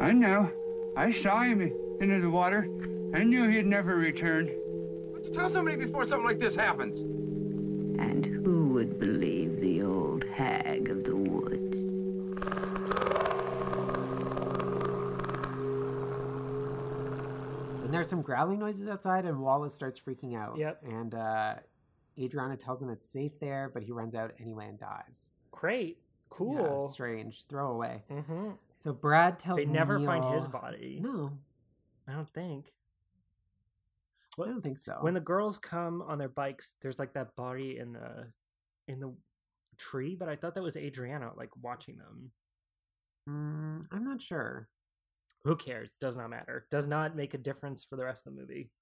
S4: I know. I saw him into the water. I knew he'd never return.
S13: Tell somebody before something like this happens.
S11: And who would believe the old hag of the woods?
S8: Then there's some growling noises outside, and Wallace starts freaking out.
S7: Yep.
S8: And uh, Adriana tells him it's safe there, but he runs out anyway and dies.
S7: Great. Cool.
S8: strange. Throwaway.
S7: Mm-hmm.
S8: So Brad tells
S7: They never
S8: Neil-
S7: find his body.
S8: No.
S7: I don't think.
S8: I don't think so.
S7: When the girls come on their bikes, there's like that body in the in the tree, but I thought that was Adriana like watching them.
S8: Mm, I'm not sure.
S7: Who cares? Does not matter. Does not make a difference for the rest of the movie.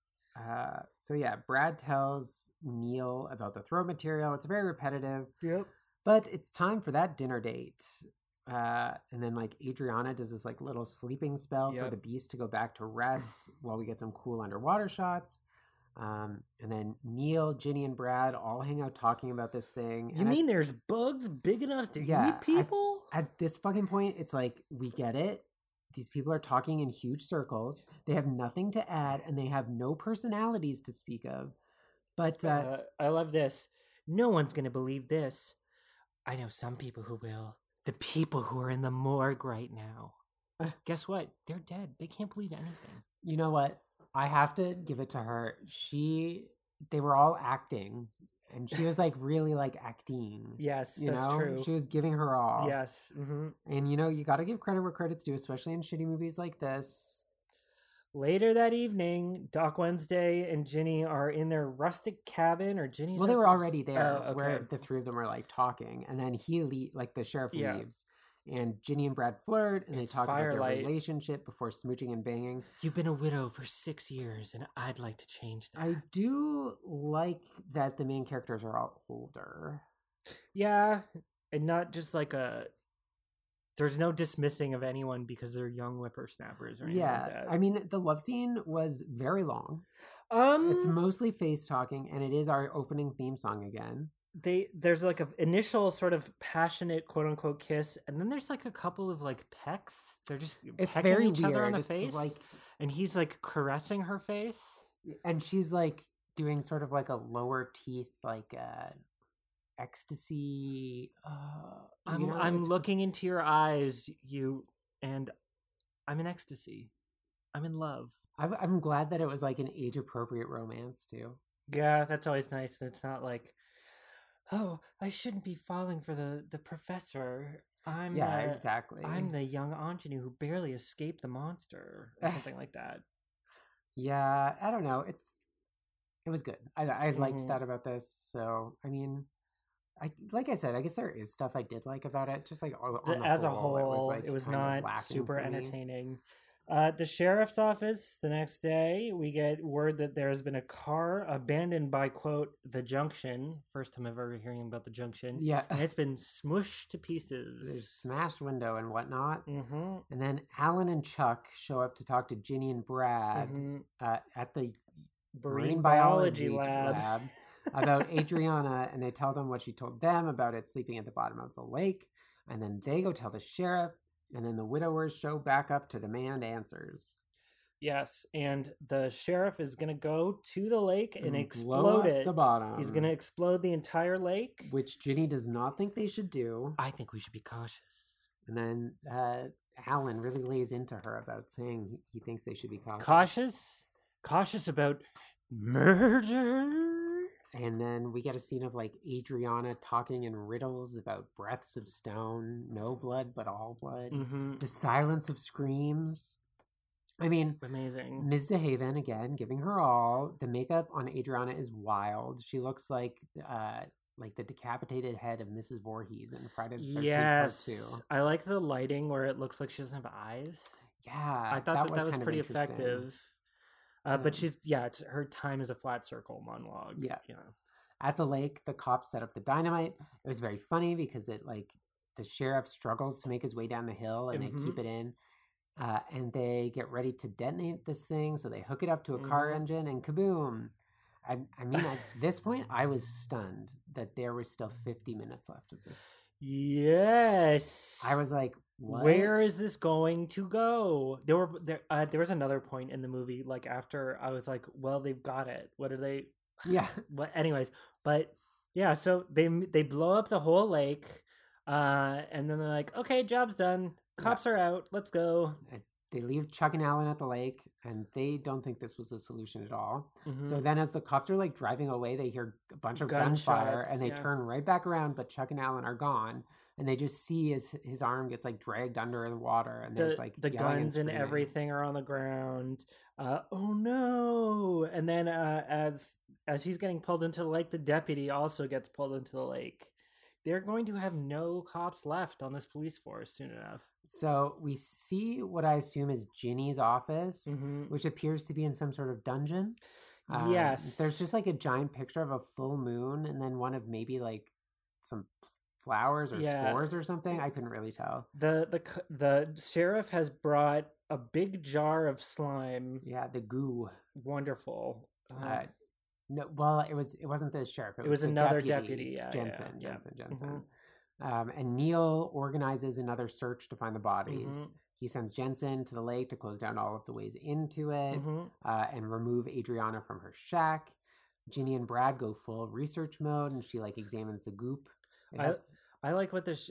S8: Uh, so yeah, Brad tells Neil about the throw material. It's very repetitive.
S7: Yep.
S8: But it's time for that dinner date. Uh, and then like Adriana does this like little sleeping spell for
S7: Yep.
S8: the beast to go back to rest while we get some cool underwater shots. Um, and then Neil, Ginny, and Brad all hang out talking about this thing.
S7: You
S8: and I-
S7: mean there's bugs big enough to
S8: Yeah,
S7: eat people?
S8: At, this fucking point, it's like, we get it. These people are talking in huge circles. They have nothing to add and they have no personalities to speak of. But uh,
S7: Uh, I love this. No one's going to believe this. I know some people who will. The people who are in the morgue right now. Guess what? They're dead. They can't believe anything.
S8: you know what? I have to give it to her. She, they were all acting and she was like really like acting.
S7: Yes,
S8: you
S7: that's
S8: know?
S7: true.
S8: She was giving her all.
S7: Yes. hmm
S8: And you know, you got to give credit where credit's due, especially in shitty movies like this.
S7: Later that evening, Doc Wednesday and Ginny are in their rustic cabin, or Ginny's.
S8: well, they
S7: at
S8: were
S7: some
S8: already
S7: s-
S8: there
S7: Oh,
S8: where
S7: okay.
S8: the three of them are like talking, and then he le- like the sheriff
S7: Yeah.
S8: leaves, and Ginny and Brad flirt, and
S7: It's
S8: they talk about
S7: firelight.
S8: their relationship before smooching and banging.
S7: You've been a widow for six years, and I'd like to change that.
S8: I do like that the main characters are all older.
S7: Yeah, and not just like a. There's no dismissing of anyone because they're young whippersnappers or anything
S8: yeah,
S7: like that.
S8: I mean the love scene was very long.
S7: Um,
S8: it's mostly face talking, and it is our opening theme song again.
S7: they there's like a initial sort of passionate quote unquote kiss, and then there's like a couple of like pecks. They're just
S8: It's
S7: pecking
S8: very
S7: each other on
S8: weird.
S7: the
S8: It's
S7: face,
S8: like-
S7: and he's like caressing her face.
S8: and she's like doing sort of like a lower teeth like uh ecstasy uh you
S7: I'm
S8: know,
S7: I'm
S8: it's-
S7: looking into your eyes, you, and I'm in ecstasy. I'm in love.
S8: I'm, I'm glad that it was like an age appropriate romance too
S7: Yeah, that's always nice. It's not like, oh, I shouldn't be falling for the the professor. I'm
S8: Yeah,
S7: the-
S8: exactly.
S7: I'm the young ingenue who barely escaped the monster, or something like that.
S8: yeah i don't know it's it was good i i
S7: Mhm.
S8: liked that about this so i mean i like i said i guess there is stuff i did like about it just like all- on
S7: The-
S8: the
S7: as
S8: whole,
S7: a whole,
S8: like,
S7: it was
S8: kind of
S7: not
S8: lacking
S7: super
S8: for me.
S7: entertaining. Uh, at the sheriff's office the next day, we get word that there has been a car abandoned by quote the junction. First time I've ever hearing about the junction.
S8: Yeah.
S7: and it's been smushed to
S8: There's
S7: pieces.
S8: smashed window and whatnot
S7: Mm-hmm.
S8: And then Alan and Chuck show up to talk to Ginny and Brad
S7: Mhm.
S8: uh, at the
S7: Marine
S8: marine
S7: biology
S8: biology lab,
S7: lab.
S8: about Adriana, and they tell them what she told them about it sleeping at the bottom of the lake. And then they go tell the sheriff, and then the widowers show back up to demand answers.
S7: Yes, and the sheriff is going to go to the lake and,
S8: And blow
S7: explode
S8: up
S7: it.
S8: the bottom.
S7: He's going to explode the entire lake.
S8: Which Ginny does not think they should do.
S7: I think we should be cautious.
S8: And then uh, Alan really lays into her about saying he, he thinks they should be cautious.
S7: Cautious, cautious about murder.
S8: And then we get a scene of like Adriana talking in riddles about breaths of stone, no blood but all blood,
S7: Mhm.
S8: the silence of screams. I mean,
S7: Amazing.
S8: Ms. DeHaven again giving her all. The makeup on Adriana is wild. She looks like uh like the decapitated head of Mrs. Voorhees in Friday the 13th part
S7: Yes,
S8: two.
S7: I like the lighting where it looks like she doesn't have eyes.
S8: Yeah,
S7: I thought that that was,
S8: kind of
S7: pretty
S8: interesting.
S7: effective. Uh, but
S8: So-
S7: she's yeah, it's, her time is a flat circle monologue.
S8: Yeah.
S7: yeah.
S8: at the lake the cops set up the dynamite it was very funny because it like the sheriff struggles to make his way down the hill and
S7: Mhm.
S8: they keep it in uh, and they get ready to detonate this thing so they hook it up to a car
S7: Mhm.
S8: engine and kaboom I, I mean, at this point, I was stunned that there was still 50 minutes left of this.
S7: Yes.
S8: I was like, what?
S7: Where is this going to go? There were there uh, there was another point in the movie like after I was like, well, they've got it. What are they?
S8: Yeah.
S7: well, anyways, but yeah, so they they blow up the whole lake, uh, and then they're like, okay, job's done. Cops are out. Let's go.
S8: They leave Chuck and Allen at the lake, and they don't think this was a solution at all.
S7: Mhm.
S8: So then, as the cops are like driving away, they hear a bunch of gunfire,
S7: Gunshots,
S8: and they
S7: yeah.
S8: turn right back around. But Chuck and Allen are gone, and they just see his his arm gets like dragged under the water, and
S7: the,
S8: there's like
S7: the
S8: yelling
S7: guns and,
S8: screaming.
S7: everything are on the ground. Uh, oh no! And then uh, as as he's getting pulled into the lake, the deputy also gets pulled into the lake. They're going to have no cops left on this police force soon enough.
S8: So we see what I assume is Ginny's office,
S7: Mhm.
S8: which appears to be in some sort of dungeon. Um,
S7: Yes.
S8: There's just like a giant picture of a full moon and then one of maybe like some flowers or
S7: Yeah.
S8: spores or something. I couldn't really tell.
S7: the the c- The sheriff has brought a big jar of slime.
S8: Yeah, the goo.
S7: Wonderful. Um,
S8: Uh, no, well, it was it wasn't the sheriff. It,
S7: It was
S8: the
S7: another deputy, yeah, yeah,
S8: Jensen,
S7: yeah.
S8: Jensen,
S7: Mhm.
S8: Jensen. Um, and Neil organizes another search to find the bodies.
S7: Mhm.
S8: He sends Jensen to the lake to close down all of the ways into it
S7: Mhm.
S8: uh, and remove Adriana from her shack. Ginny and Brad go full research mode, and she like examines the goop. It
S7: I,
S8: has-
S7: I like what the sh-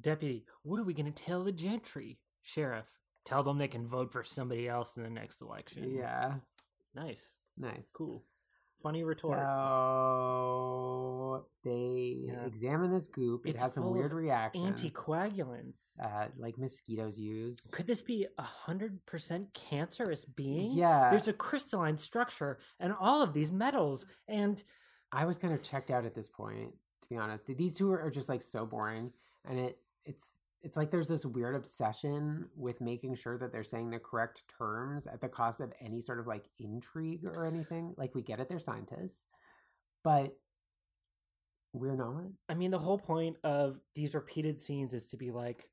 S7: deputy. What are we going to tell the gentry, sheriff? Tell them they can vote for somebody else in the next election.
S8: yeah,
S7: Nice.
S8: nice,
S7: Cool. Funny retort.
S8: So they
S7: Yeah.
S8: examine this goop. It
S7: It's
S8: has some
S7: full of
S8: weird reactions.
S7: Anticoagulants.
S8: uh, like mosquitoes use.
S7: Could this be a hundred percent cancerous being?
S8: Yeah.
S7: There's a crystalline structure and all of these metals and
S8: I was kind of checked out at this point, to be honest. Th- These two are are just like so boring, and it it's it's like there's this weird obsession with making sure that they're saying the correct terms at the cost of any sort of like intrigue or anything. Like we get it, they're scientists, but we're not.
S7: I mean the whole point of these repeated scenes is to be like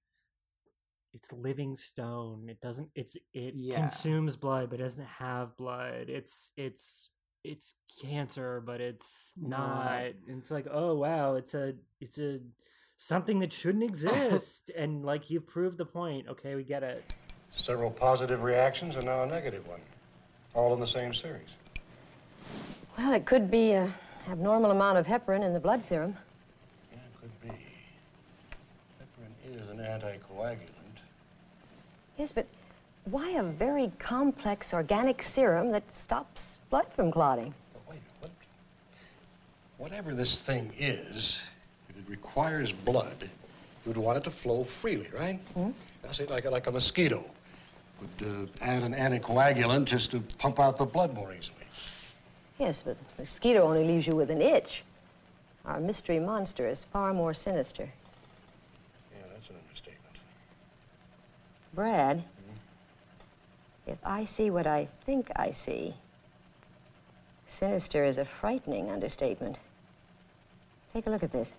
S7: it's living stone. It doesn't it's it
S8: Yeah.
S7: consumes blood but doesn't have blood. It's it's it's cancer but it's
S8: Not.
S7: not. It's like, oh wow, it's a it's a something that shouldn't exist and like you've proved the point. Okay, we get it.
S2: Several positive reactions and now a negative one, all in the same series.
S6: Well, it could be an abnormal amount of heparin in the blood serum.
S2: Could be. Heparin is an anticoagulant.
S6: Yes, but why a very complex organic serum that stops blood from clotting?
S2: Whatever this thing is, if it requires blood, you'd want it to flow freely, right? I say like a, like a mosquito would uh, add an anticoagulant just to pump out the blood more easily.
S6: Yes, but mosquito only leaves you with an itch. Our mystery monster is far more sinister.
S2: Yeah, that's an understatement.
S6: Brad, if I see what I think I see, sinister is a frightening understatement. Take a look at this.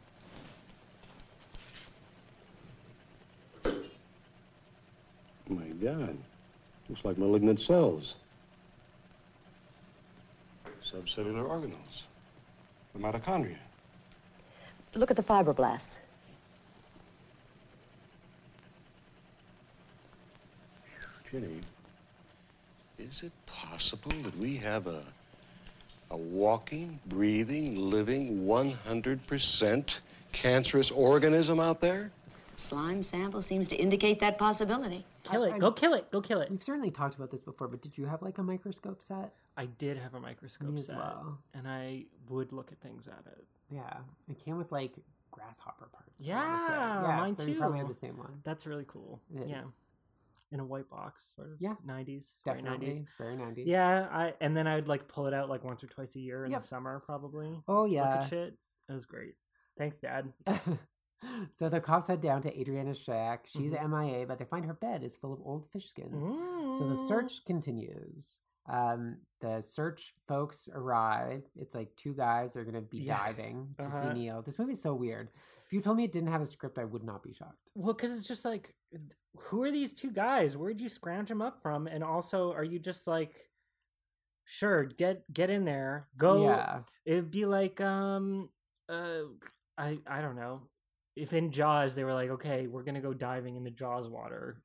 S3: My God. Looks like malignant cells.
S2: Subcellular organelles, the mitochondria.
S6: Look at the fibroblasts.
S2: Ginny, is it possible that we have a a walking, breathing, living, 100% cancerous organism out there?
S6: Slime sample seems to indicate that possibility.
S7: Kill it. Go kill it. Go kill it.
S8: We've certainly talked about this before, but did you have like a microscope set?
S7: I did have a microscope
S8: Me as
S7: set,
S8: well.
S7: and I would look at things at it.
S8: Yeah, it came with like grasshopper parts. I
S7: Yeah,
S8: wanna say. yeah.
S7: mine
S8: so
S7: too.
S8: You probably had the same one.
S7: That's really cool.
S8: It
S7: yeah,
S8: is.
S7: in a white box, sort of.
S8: Yeah.
S7: nineties,
S8: Definitely. Very 90s.
S7: Yeah, I and then I would like pull it out like once or twice a year in
S8: Yep.
S7: the summer, probably.
S8: Oh,
S7: Just look
S8: yeah.
S7: at shit. It was great. Thanks, Dad.
S8: So the cops head down to Adriana's shack. She's
S7: Mhm.
S8: MIA, but they find her bed is full of old fish skins. So the
S7: Mm.
S8: search continues. Um, the search folks arrive. It's like two guys are going to be
S7: Yeah.
S8: diving to
S7: Uh-huh.
S8: see Neil. This movie's so weird. If you told me it didn't have a script, I would not be shocked.
S7: Well, because it's just like, who are these two guys? Where'd you scrounge them up from? And also, are you just like sure get get in there go
S8: Yeah.
S7: it'd be like um uh i i don't know if in jaws they were like okay we're gonna go diving in the jaws water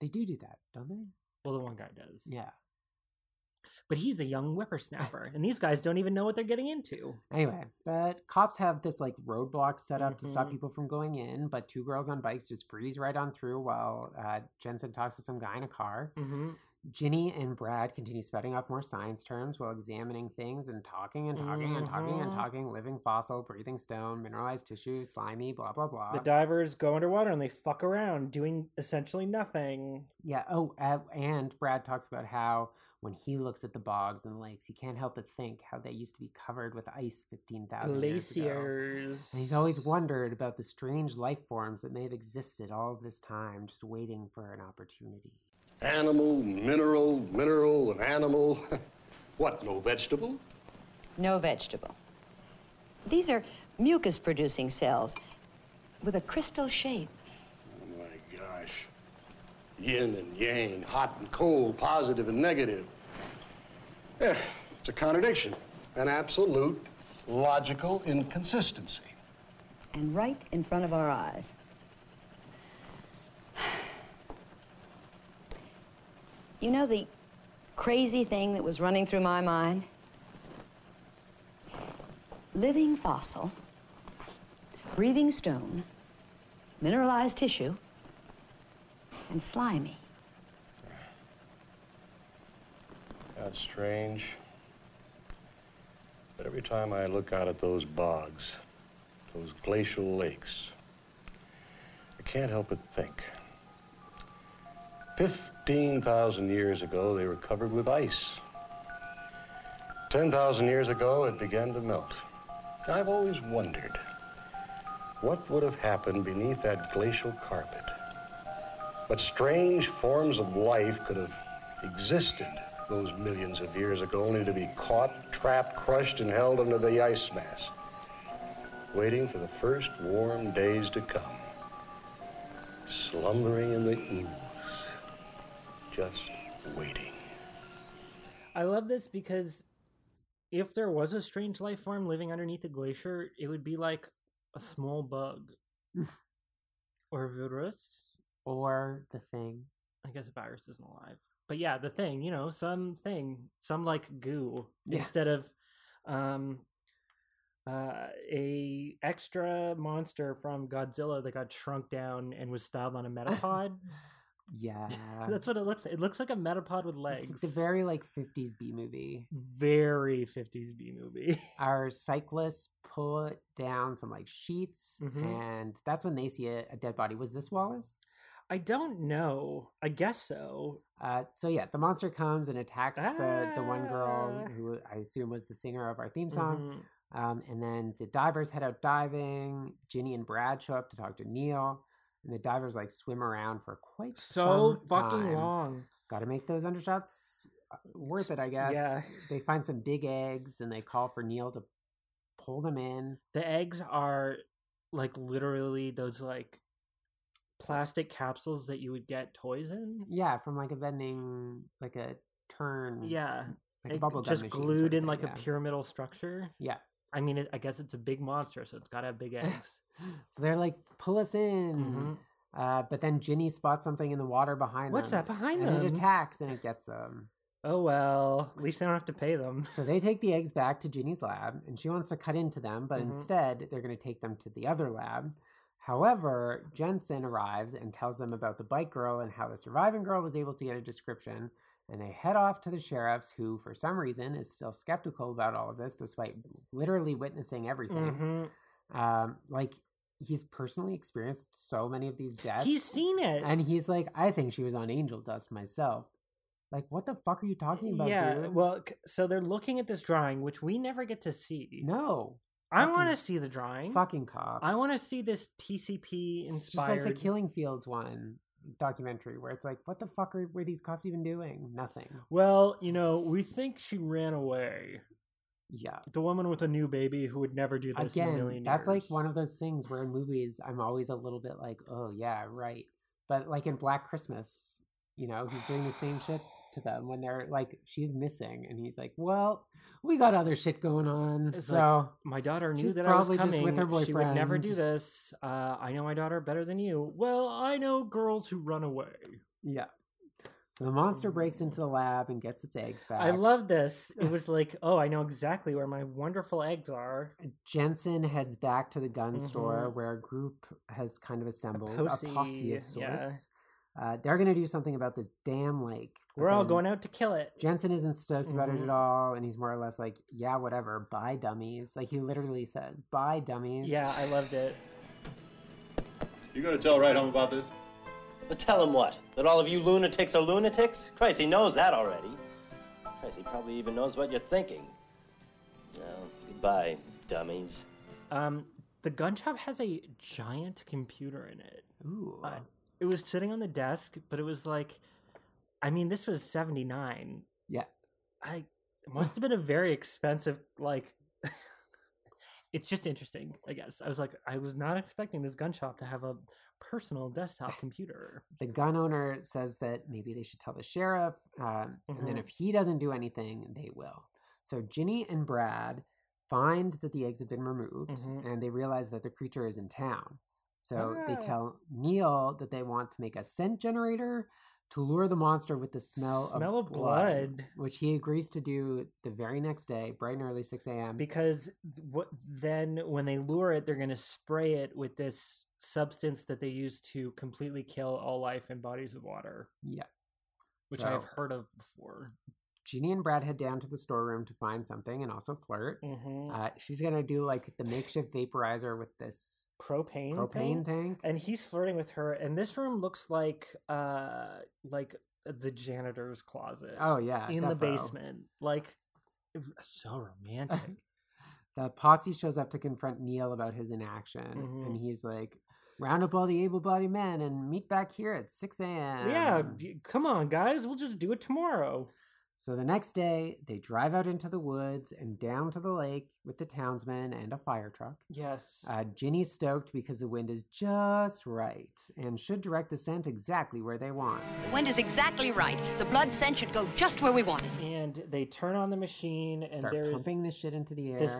S8: they do do that don't they
S7: well the one guy does
S8: Yeah.
S7: but he's a young whippersnapper and these guys don't even know what they're getting into
S8: Anyway, but cops have this like roadblock set up to stop
S7: Mhm.
S8: people from going in, but two girls on bikes just breeze right on through while uh, Jensen talks to some guy in a car.
S7: mm-hmm.
S8: Ginny and Brad continue spouting off more science terms while examining things and talking and talking and talking and
S7: Mhm.
S8: talking living fossil, breathing stone, mineralized tissue, slimy, blah, blah, blah.
S7: the divers go underwater and they fuck around doing essentially nothing
S8: Yeah. Oh, uh, and Brad talks about how when he looks at the bogs and lakes, he can't help but think how they used to be covered with ice 15,000 years ago.
S7: glaciers
S8: And he's always wondered about the strange life forms that may have existed all of this time, just waiting for an opportunity.
S3: Animal, mineral, mineral, and animal. what, no vegetable?
S6: No vegetable. These are mucus producing cells with a crystal shape.
S3: Oh my gosh. Yin and yang, hot and cold, positive and negative. Yeah, it's a contradiction, an absolute logical inconsistency.
S6: and right in front of our eyes. You know the crazy thing that was running through my mind? Living fossil, breathing stone, mineralized tissue, and slimy.
S3: That's strange. But every time I look out at those bogs, those glacial lakes, I can't help but think. 15,000 years ago, they were covered with ice. 10,000 years ago, it began to melt. I've always wondered what would have happened beneath that glacial carpet. What strange forms of life could have existed those millions of years ago, only to be caught, trapped, crushed, and held under the ice mass, waiting for the first warm days to come, slumbering in the ooze, just waiting.
S7: I love this because if there was a strange life form living underneath a glacier, it would be like a small bug or a virus.
S8: Or the thing.
S7: I guess a virus isn't alive. But yeah, the thing, you know, some thing, some like goo
S8: Yeah.
S7: instead of um uh a extra monster from Godzilla that got shrunk down and was styled on a metapod.
S8: Yeah.
S7: That's what it looks It looks like a metapod with legs.
S8: It's the very like 50s B movie.
S7: Very 50s B movie.
S8: Our cyclists put down some like sheets,
S7: Mhm.
S8: and that's when they see a, a dead body. Was this Wallace?
S7: I don't know. I guess so.
S8: Uh, so yeah, the monster comes and attacks the the one girl
S7: Ah.
S8: who I assume was the singer of our theme song.
S7: Mm-hmm.
S8: Um, and then the divers head out diving. Ginny and Brad show up to talk to Neil, and the divers like swim around for quite
S7: So
S8: some
S7: fucking
S8: time.
S7: long.
S8: Got to make those undershots uh, worth it, I guess.
S7: yeah.
S8: They find some big eggs and they call for Neil to pull them in.
S7: The eggs are like literally those like plastic capsules that you would get toys in.
S8: Yeah, from like a vending, like a turn.
S7: Yeah.
S8: like a
S7: It-
S8: bubble gum
S7: just
S8: machine sort
S7: glued
S8: of
S7: in
S8: thing,
S7: like
S8: yeah.
S7: a pyramidal structure.
S8: Yeah.
S7: I mean, it, I guess it's a big monster, so it's got to have big eggs.
S8: So they're like, pull us in.
S7: Mhm.
S8: Uh, but then Ginny spots something in the water behind
S7: What's
S8: them.
S7: that behind
S8: and
S7: them?
S8: It attacks and it gets them.
S7: Oh well, at least they don't have to pay them.
S8: So they take the eggs back to Ginny's lab and she wants to cut into them, but
S7: Mhm.
S8: instead they're going to take them to the other lab. However, Jensen arrives and tells them about the bike girl and how the surviving girl was able to get a description. And they head off to the sheriff's, who, for some reason, is still skeptical about all of this, despite literally witnessing everything.
S7: Mhm.
S8: Um, like he's personally experienced so many of these deaths.
S7: He's seen it.
S8: and he's like, I think she was on angel dust myself. Like, what the fuck are you talking about,
S7: yeah.
S8: dude?
S7: Well, c- so they're looking at this drawing, which we never get to see.
S8: no,
S7: I
S8: fucking-
S7: want to see the drawing.
S8: fucking cops.
S7: I want to see this PCP
S8: It's
S7: inspired.
S8: just like the Killing Fields one documentary where it's like, what the fuck are, were these cops even doing? Nothing.
S7: well, you know, we think she ran away.
S8: Yeah.
S7: The woman with a new baby who would never do this in a
S8: Again,
S7: million
S8: that's like
S7: years.
S8: one of those things where in movies I'm always a little bit like, oh yeah, right. But like in Black Christmas, you know, he's doing the same shit to them when they're like, she's missing, and he's like, well, we got other shit going on.
S7: It's like,
S8: so
S7: my daughter knew
S8: she's
S7: that I was
S8: probably
S7: coming.
S8: just with her boyfriend.
S7: She would never do this. Uh, I know my daughter better than you. Well, I know girls who run away.
S8: Yeah. So the monster breaks into the lab and gets its eggs back.
S7: Mm. I love this. It was like, oh, I know exactly where my wonderful eggs are.
S8: Jensen heads back to the gun store
S7: Mhm.
S8: where a group has kind of assembled a posse,
S7: posse,
S8: of sorts.
S7: yeah.
S8: Uh, they're going to do something about this damn lake. but
S7: We're all
S8: then
S7: going out to kill it.
S8: Jensen isn't stoked about it
S7: Mhm.
S8: at all, and he's more or less like, "Yeah, whatever, buy dummies." Like he literally says, "Buy dummies."
S7: Yeah, I loved it.
S14: You gonna tell right home about this?
S15: But tell him what? That all of you lunatics are lunatics? Christ, he knows that already. Christ, he probably even knows what you're thinking. No, goodbye, dummies.
S7: Um, the gun shop has a giant computer in it. Uh,
S8: Ooh.
S7: it was sitting on the desk, but it was like, I mean, this was seventy nine.
S8: Yeah.
S7: I it must have been a very expensive like. it's just interesting, I guess. I was like, I was not expecting this gun shop to have a personal desktop computer.
S8: The gun owner says that maybe they should tell the sheriff, um, and then
S7: Mhm.
S8: if he doesn't do anything, they will. So Ginny and Brad find that the eggs have been removed, and they realize that the creature is in town. So they
S7: Mm-hmm. Ah.
S8: tell Neil that they want to make a scent generator to lure the monster with the smell,
S7: Smell
S8: of,
S7: of
S8: blood, which he agrees to do the very next day, bright and early, six a.m.
S7: because th- what then when they lure it they're going to spray it with this substance that they use to completely kill all life in bodies of water
S8: Yeah.
S7: which i've
S8: So-
S7: heard of before
S8: Ginny and Brad head down to the storeroom to find something and also flirt.
S7: Mhm.
S8: Uh, she's gonna do like the makeshift vaporizer with this
S7: propane
S8: propane
S7: thing?
S8: tank.
S7: and he's flirting with her and this room looks like uh like the janitor's closet
S8: Oh, yeah,
S7: in the
S8: defo.
S7: basement like it was so romantic
S8: The posse shows up to confront Neil about his inaction, and
S7: Mhm.
S8: he's like, "Round up all the able-bodied men and meet back here at six a.m."
S7: yeah d- come on guys we'll just do it tomorrow
S8: So the next day, they drive out into the woods and down to the lake with the townsmen and a fire truck.
S7: yes
S8: Uh, Ginny's stoked because the wind is just right and should direct the scent exactly where they want.
S16: The wind is exactly right. The blood scent should go just where we want it.
S7: and they turn on the machine and
S8: Start
S7: there's
S8: pumping this shit into the air.
S7: this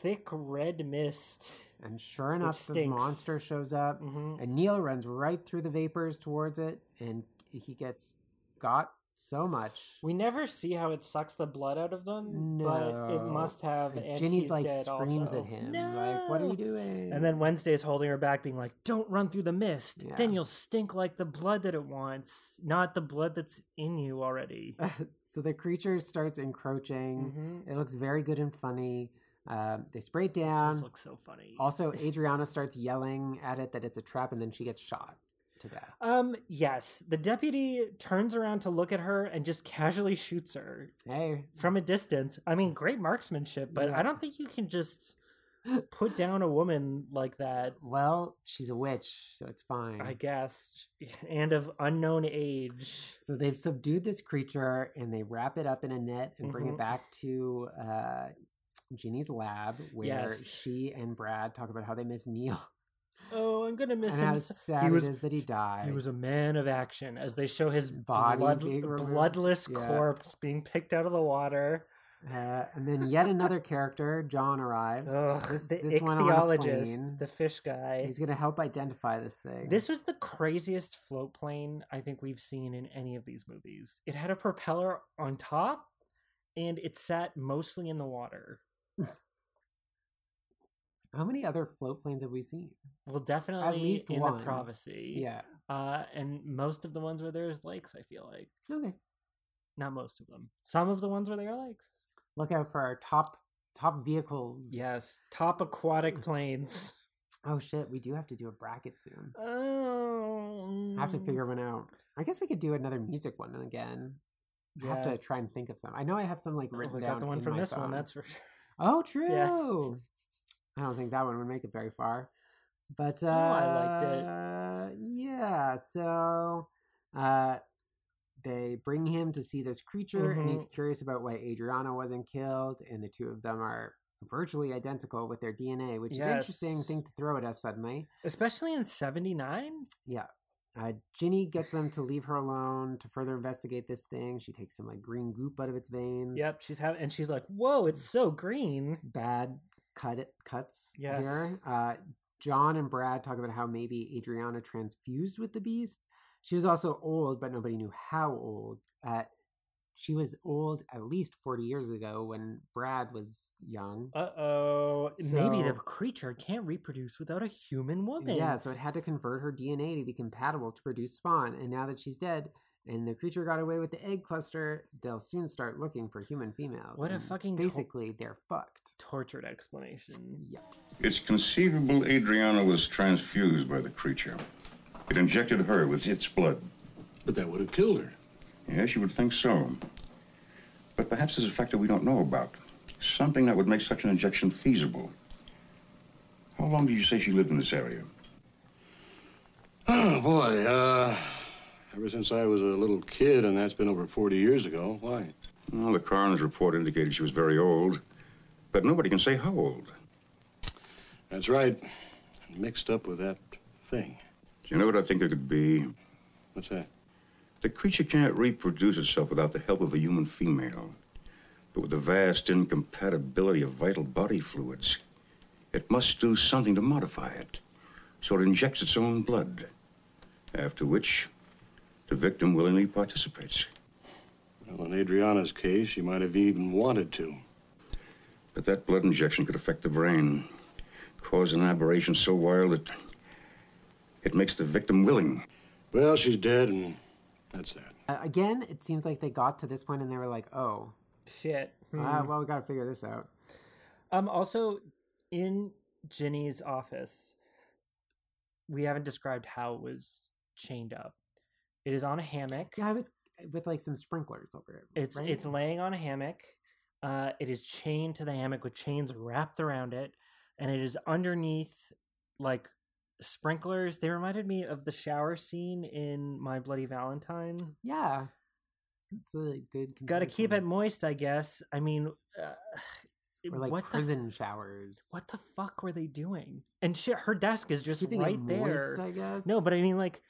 S7: thick red mist
S8: and sure
S7: which
S8: enough, the
S7: stinks. Mm-hmm.
S8: monster shows up, and Neil runs right through the vapors towards it, and he gets got so much.
S7: We never see how it sucks the blood out of them, but it
S8: No.
S7: must have.
S8: And
S7: And
S8: Ginny's,
S7: he's
S8: like,
S7: dead
S8: screams
S7: also.
S8: at him, like, "What are you doing?"
S7: And then Wednesday's holding her back, being like, "Don't run through the mist.
S8: Yeah.
S7: Then you'll stink like the blood that it wants, not the blood that's in you already."
S8: So the creature starts
S7: Mm-hmm.
S8: encroaching. It looks very good and funny. Um, they spray it down.
S7: looks so funny.
S8: Also, Adriana starts yelling at it that it's a trap, and then she gets shot to death.
S7: um. Yes, the deputy turns around to look at her and just casually shoots her.
S8: Hey,
S7: from a distance. I mean, great marksmanship, but
S8: Yeah.
S7: I don't think you can just put down a woman like that.
S8: Well, she's a witch, so it's fine.
S7: I guess, and of unknown age.
S8: So they've subdued this creature and they wrap it up in a net and bring it
S7: Mhm.
S8: back to uh, Ginny's lab where
S7: Yes.
S8: she and Brad talk about how they miss Neil
S7: Oh, I'm gonna miss
S8: and
S7: him.
S8: how
S7: so-
S8: sad
S7: he was
S8: it is that he died.
S7: he was a man of action as they show his
S8: Body
S7: blood,
S8: being removed,
S7: bloodless
S8: yeah.
S7: corpse being picked out of the water.
S8: Uh, and then yet another character, John, arrives.
S7: Ugh,
S8: this
S7: the
S8: this one on a plane.
S7: ichthyologist, the fish guy.
S8: He's going to help identify this thing.
S7: This was the craziest float plane I think we've seen in any of these movies. It had a propeller on top and it sat mostly in the water.
S8: How many other float planes have we seen?
S7: Well, definitely
S8: least
S7: in
S8: one.
S7: the privacy.
S8: Yeah.
S7: Uh, and most of the ones where there's lakes, I feel like.
S8: Okay.
S7: Not most of them. Some of the ones where there are lakes.
S8: Look out for our top top vehicles.
S7: Yes. Top aquatic planes.
S8: Oh shit, we do have to do a bracket soon.
S7: Oh.
S8: I have to figure one out. I guess we could do another music one again. I have
S7: Yeah.
S8: to try and think of some. I know I have some like written
S7: we
S8: down.
S7: got the one
S8: in
S7: from
S8: my
S7: this
S8: phone.
S7: one, that's for sure.
S8: Oh,
S7: Yeah.
S8: true. I don't think that one would make it very far, but uh,
S7: No, I liked it.
S8: it. Yeah, so uh, they bring him to see this creature, and he's
S7: Mhm.
S8: curious about why Adriana wasn't killed, and the two of them are virtually identical with their DNA, which is an interesting
S7: Yes.
S8: thing to throw at us suddenly.
S7: Especially in 79?
S8: Yeah. Uh, Ginny gets them to leave her alone to further investigate this thing. She takes some like green goop out of its veins.
S7: Yep, she's having, and she's like, "Whoa,
S8: Mm.
S7: it's so green."
S8: Bad cut it cuts
S7: Yes.
S8: here. Uh, John and Brad talk about how maybe Adriana transfused with the beast. She was also old, but nobody knew how old. Uh, she was old at least forty years ago when Brad was young.
S7: Uh oh. Maybe the
S8: So-
S7: creature can't reproduce without a human woman.
S8: Yeah, so it had to convert her DNA to be compatible to produce spawn. And now that she's dead and the creature got away with the egg cluster, they'll soon start looking for human females.
S7: What a
S8: and
S7: fucking to-
S8: basically they're fucked.
S7: Tortured explanation.
S8: Yeah.
S17: It's conceivable Adriana was transfused by the creature. It injected her with its blood. But that would have killed her. Yes, you would think so. But perhaps there's a factor we don't know about. Something that would make such an injection feasible. How long did you say she lived in this area?
S2: Oh, boy. Uh, ever since I was a little kid, and that's been over 40 years ago. Why?
S17: Well, the coroner's report indicated she was very old, but nobody can say how old.
S2: That's right. Mixed up with that thing.
S17: Do you know what I think it could be?
S2: What's that?
S17: The creature can't reproduce itself without the help of a human female. But with the vast incompatibility of vital body fluids, it must do something to modify it. So it injects its own blood. After which, the victim willingly participates.
S2: Well, in Adriana's case, she might have even wanted to.
S17: But that blood injection could affect the brain, cause an aberration so wild that it makes the victim willing.
S2: Well, she's dead, and that's that.
S8: Uh, again, it seems like they got to this point and they were like, oh,
S7: Shit.
S8: ah,
S7: Hmm.
S8: well, we got to figure this out.
S7: Um. Also, in Ginny's office, we haven't described how it was chained up. It is on a hammock.
S8: Yeah, I was with like some sprinklers over it.
S7: It's
S8: right?
S7: it's laying on a hammock. Uh, it is chained to the hammock with chains wrapped around it, and it is underneath like sprinklers. They reminded me of the shower scene in My Bloody Valentine.
S8: Yeah. It's a good.
S7: Got to keep it moist, I guess. I mean, uh,
S8: Mm-hmm. Or like
S7: what the f-
S8: prison showers.
S7: what the fuck were they doing? And shit, her desk is just
S8: Keeping it
S7: right there.
S8: moist, I guess?
S7: No, but I mean, like,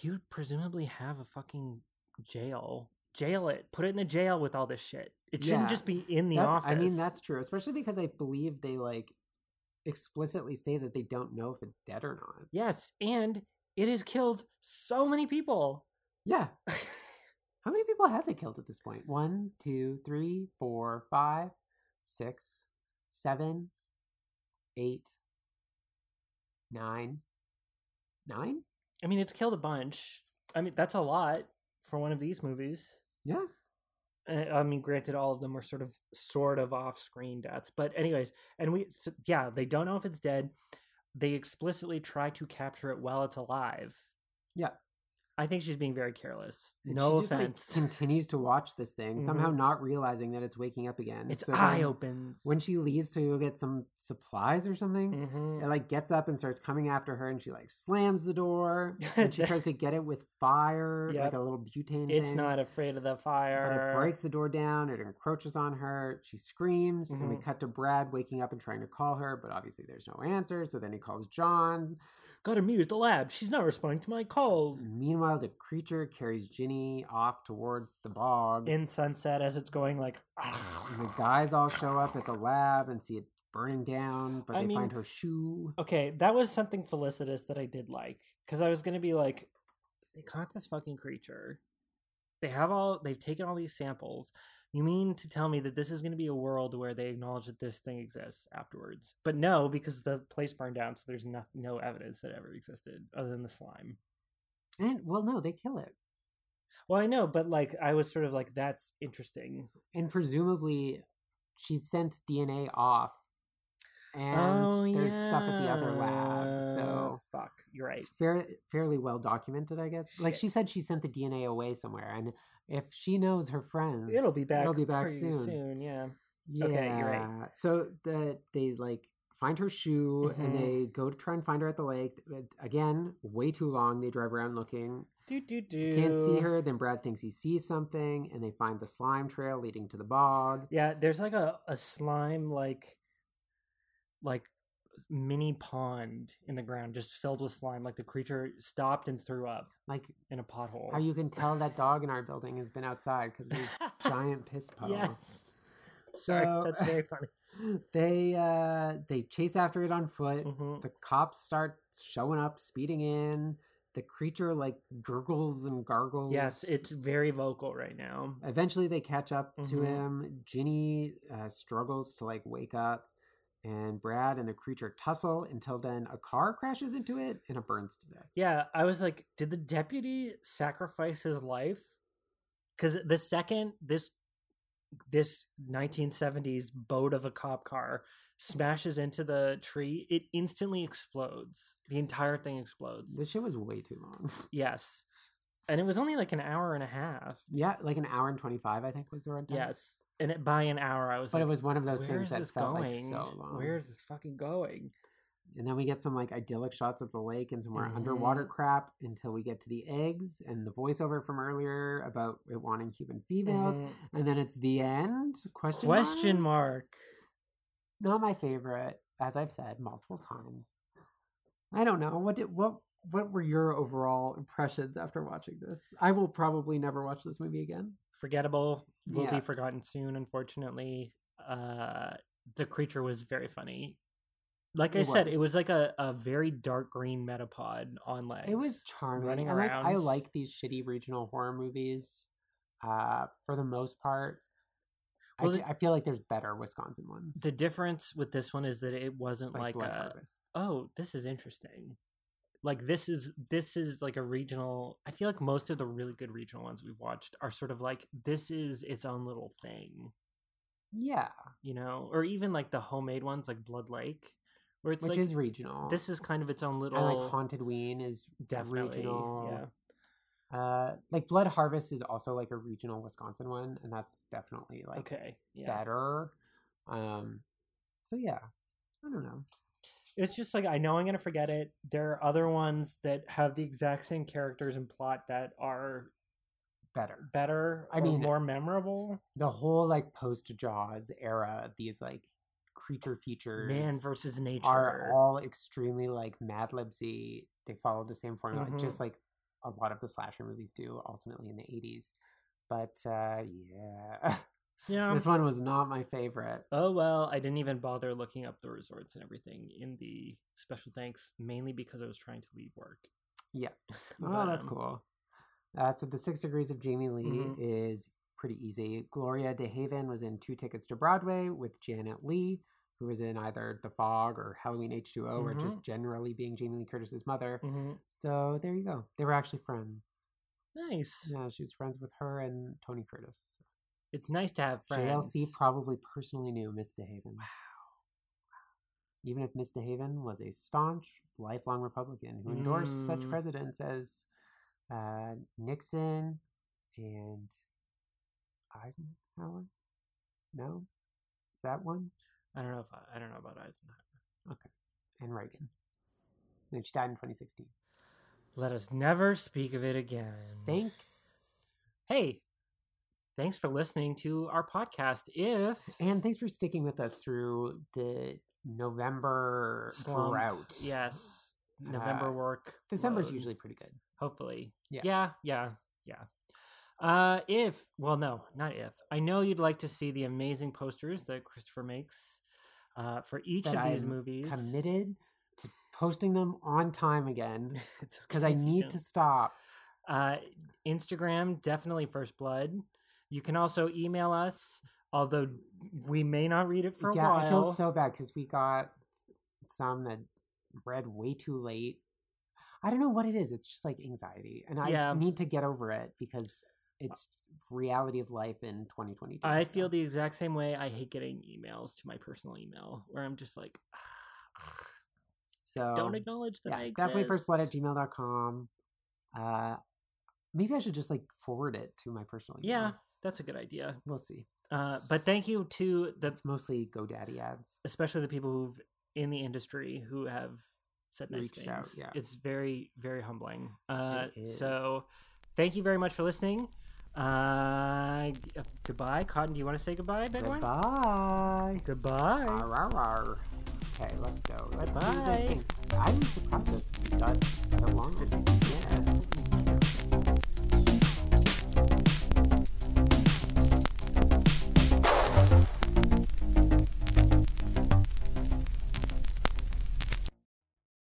S7: you'd presumably have a fucking jail. Jail it. Put it in the jail with all this shit. It
S8: Yeah.
S7: shouldn't just be in the
S8: That's-
S7: office.
S8: I mean, that's true, especially because I believe they like explicitly say that they don't know if it's dead or not.
S7: yes, and it has killed so many people.
S8: Yeah. How many people has it killed at this point? One, two, three, four, five, six, seven, eight, nine, nine.
S7: I mean, it's killed a bunch. I mean, that's a lot for one of these movies.
S8: Yeah.
S7: Uh, I mean, granted, all of them were sort of, sort of off-screen deaths, but anyways, and we, so, yeah, they don't know if it's dead. They explicitly try to capture it while it's alive.
S8: Yeah.
S7: I think she's being very careless.
S8: And
S7: no
S8: she just, like,
S7: offense.
S8: continues to watch this thing, somehow
S7: Mhm.
S8: not realizing that it's waking up again.
S7: Its
S8: then
S7: eye opens.
S8: When she leaves to go get some supplies or something,
S7: Mm-hmm.
S8: it like gets up and starts coming after her and she like slams the door and she tries to get it with fire, like
S7: Yep.
S8: a little butane
S7: it's
S8: thing.
S7: not afraid of the
S8: But
S7: fire.
S8: it breaks the door down, it encroaches on her, she screams, and we
S7: Mhm.
S8: cut to Brad waking up and trying to call her, but obviously there's no answer. So then he calls John.
S7: Got her meet at the lab. She's not responding to my calls.
S8: Meanwhile, the creature carries Ginny off towards the bog.
S7: in sunset as it's going like.
S8: And the guys all show up at the lab and see it burning down, but
S7: I
S8: they
S7: mean-
S8: find her shoe.
S7: Okay, that was something felicitous that I did like because I was gonna be like, they caught this fucking creature. They have all. They've taken all these samples. You mean to tell me that this is gonna be a world where they acknowledge that this thing exists afterwards? But no, because the place burned down, so there's no, no evidence that it ever existed other than the slime.
S8: And well, no, they kill it.
S7: Well, I know, but like I was sort of like, that's interesting.
S8: And presumably, she sent DNA off. And
S7: Oh,
S8: there's stuff at the other lab. So
S7: yeah. fuck, you're right.
S8: it's fair, fairly well documented, I guess. Like
S7: Shit.
S8: she said, she sent the DNA away somewhere. And if she knows her friends,
S7: It'll be back.
S8: It'll be back
S7: pretty
S8: soon.
S7: Yeah.
S8: Yeah.
S7: Okay, you're right.
S8: So the, they like find her shoe and
S7: Mhm.
S8: they go to try and find her at the lake. But Again, way too long. They drive around looking.
S7: Do do do.
S8: They can't see her. Then Brad thinks he sees something, and they find the slime trail leading to the bog.
S7: Yeah, there's like a, a slime like like mini pond in the ground just filled with slime like the creature stopped and threw up
S8: like
S7: in a pothole
S8: How you can tell that dog in our building has been outside because of these giant piss puddles.
S7: Yes. Sorry, that's very
S8: funny. They uh, they chase after it on foot.
S7: Mm-hmm.
S8: The cops start showing up, speeding in. The creature like gurgles and gargles.
S7: yes it's very vocal right now
S8: Eventually, they catch up to
S7: Mhm.
S8: him. Ginny uh, struggles to like wake up, and Brad and the creature tussle until then a car crashes into it and it burns to death.
S7: Yeah, I was like, did the deputy sacrifice his life? Because the second this this 1970s boat of a cop car smashes into the tree, it instantly explodes. The entire thing explodes.
S8: This shit was way too long.
S7: Yes, and it was only like an hour and a half.
S8: Yeah, like an hour and twenty five, I think was the runtime.
S7: Yes, and it, by an hour, I was.
S8: But it
S7: like,
S8: was one of those things
S7: "Where's
S8: that
S7: this
S8: felt, like,
S7: going?
S8: so long."
S7: Where is this fucking going?
S8: And then we get some like idyllic shots of the lake and some more
S7: Mhm.
S8: underwater crap until we get to the eggs and the voiceover from earlier about it wanting human females.
S7: Mhm.
S8: And then it's the end? Question
S7: Question
S8: mark?
S7: mark.
S8: Not my favorite, as I've said multiple times. I don't know. What did what what were your overall impressions after watching this? I will probably never watch this movie again.
S7: forgettable will
S8: Yeah.
S7: be forgotten soon unfortunately uh the creature was very funny like i
S8: It
S7: said it
S8: was.
S7: was like a, a very dark green metapod on legs
S8: It was charming.
S7: running
S8: and, like,
S7: around
S8: I like these shitty regional horror movies, uh, for the most part. I
S7: Well,
S8: ju-
S7: the-
S8: I feel like there's better Wisconsin ones.
S7: the difference with this one is that it wasn't
S8: Like
S7: like, uh,
S8: Blood
S7: a,
S8: Harvest.
S7: oh this is interesting like this is this is like a regional i feel like most of the really good regional ones we've watched are sort of like this is its own little thing
S8: Yeah,
S7: you know or even like the homemade ones like blood lake where it's
S8: which
S7: like
S8: is regional.
S7: this is kind of its own little
S8: and like Haunted Ween is
S7: Definitely,
S8: regional. Yeah. Uh, like Blood Harvest is also like a regional Wisconsin one, and that's definitely like
S7: okay yeah
S8: better. Um, so yeah, I don't know.
S7: it's just like i know i'm gonna forget it there are other ones that have the exact same characters and plot that are
S8: Better.
S7: better
S8: I
S7: or
S8: mean-
S7: more memorable
S8: The whole like post Jaws era of these like creature features,
S7: man versus nature
S8: are all extremely like Mad Libsy. They follow the same formula,
S7: Mhm.
S8: just like a lot of the slasher movies do, ultimately in the '80s. But uh, yeah,
S7: Yeah.
S8: this one was not my favorite.
S7: oh well i didn't even bother looking up the resorts and everything in the special thanks mainly because i was trying to leave work
S8: Yeah. Oh,
S7: But,
S8: that's
S7: um,
S8: cool. Uh, so the Six Degrees of Jamie Lee
S7: Mhm.
S8: is pretty easy. Gloria DeHaven was in Two Tickets to Broadway with Janet Lee, who was in either The Fog or Halloween H2O, or
S7: Mm-hmm.
S8: just generally being Jamie Lee Curtis's mother.
S7: Mhm.
S8: So there you go. They were actually friends.
S7: nice
S8: Yeah, she was friends with her and Tony Curtis.
S7: it's nice to have friends
S8: JLC probably personally knew Miss DeHaven. Wow. Even if Miss DeHaven was a staunch, lifelong Republican who endorsed such
S7: Mm.
S8: presidents as uh, Nixon and Eisenhower? No? Is that one?
S7: i don't know if I, I don't know about eisenhower
S8: Okay. And Reagan. And she died in 2016.
S7: let us never speak of it again
S8: Thanks.
S7: hey thanks for listening to our podcast if
S8: And thanks for sticking with us through the November
S7: slump.
S8: drought.
S7: Yes, November
S8: Uh,
S7: work.
S8: December's
S7: load.
S8: usually pretty good.
S7: Hopefully,
S8: Yeah.
S7: yeah, yeah, yeah, Uh, if well, no, not if. I know you'd like to see the amazing posters that Christopher makes uh, for each
S8: that
S7: of these
S8: I'm
S7: movies.
S8: Committed to posting them on time again
S7: It's
S8: because
S7: okay
S8: I
S7: if you
S8: need
S7: don't.
S8: to stop.
S7: Uh, Instagram, definitely First Blood. You can also email us, although we may not read it for a
S8: yeah,
S7: while.
S8: I feel so bad because we got some that read way too late. I don't know what it is. It's just like anxiety, and I
S7: Yeah.
S8: need to get over it because it's reality of life in 2022.
S7: I
S8: so.
S7: feel the exact same way. I hate getting emails to my personal email where I'm just like,
S8: so.
S7: don't acknowledge that I exist.
S8: Um, definitely firstblood at gmail.com. Uh, maybe I should just like forward it to my personal email.
S7: Yeah, that's a good idea.
S8: we'll see.
S7: Uh, but thank you to the,
S8: It's mostly GoDaddy ads.
S7: especially the people who've in the industry who have said nice
S8: Reached
S7: things.
S8: out, yeah.
S7: It's very, very humbling. Uh,
S8: is.
S7: so, thank you very much for listening. Uh, g- uh, goodbye, Cotton. Do you want to say goodbye, big one?
S8: Goodbye.
S7: Goodbye.
S8: Arr, arr, arr. Okay, let's go. Let's do
S7: Bye.
S8: this thing. I'm surprised it's done that long.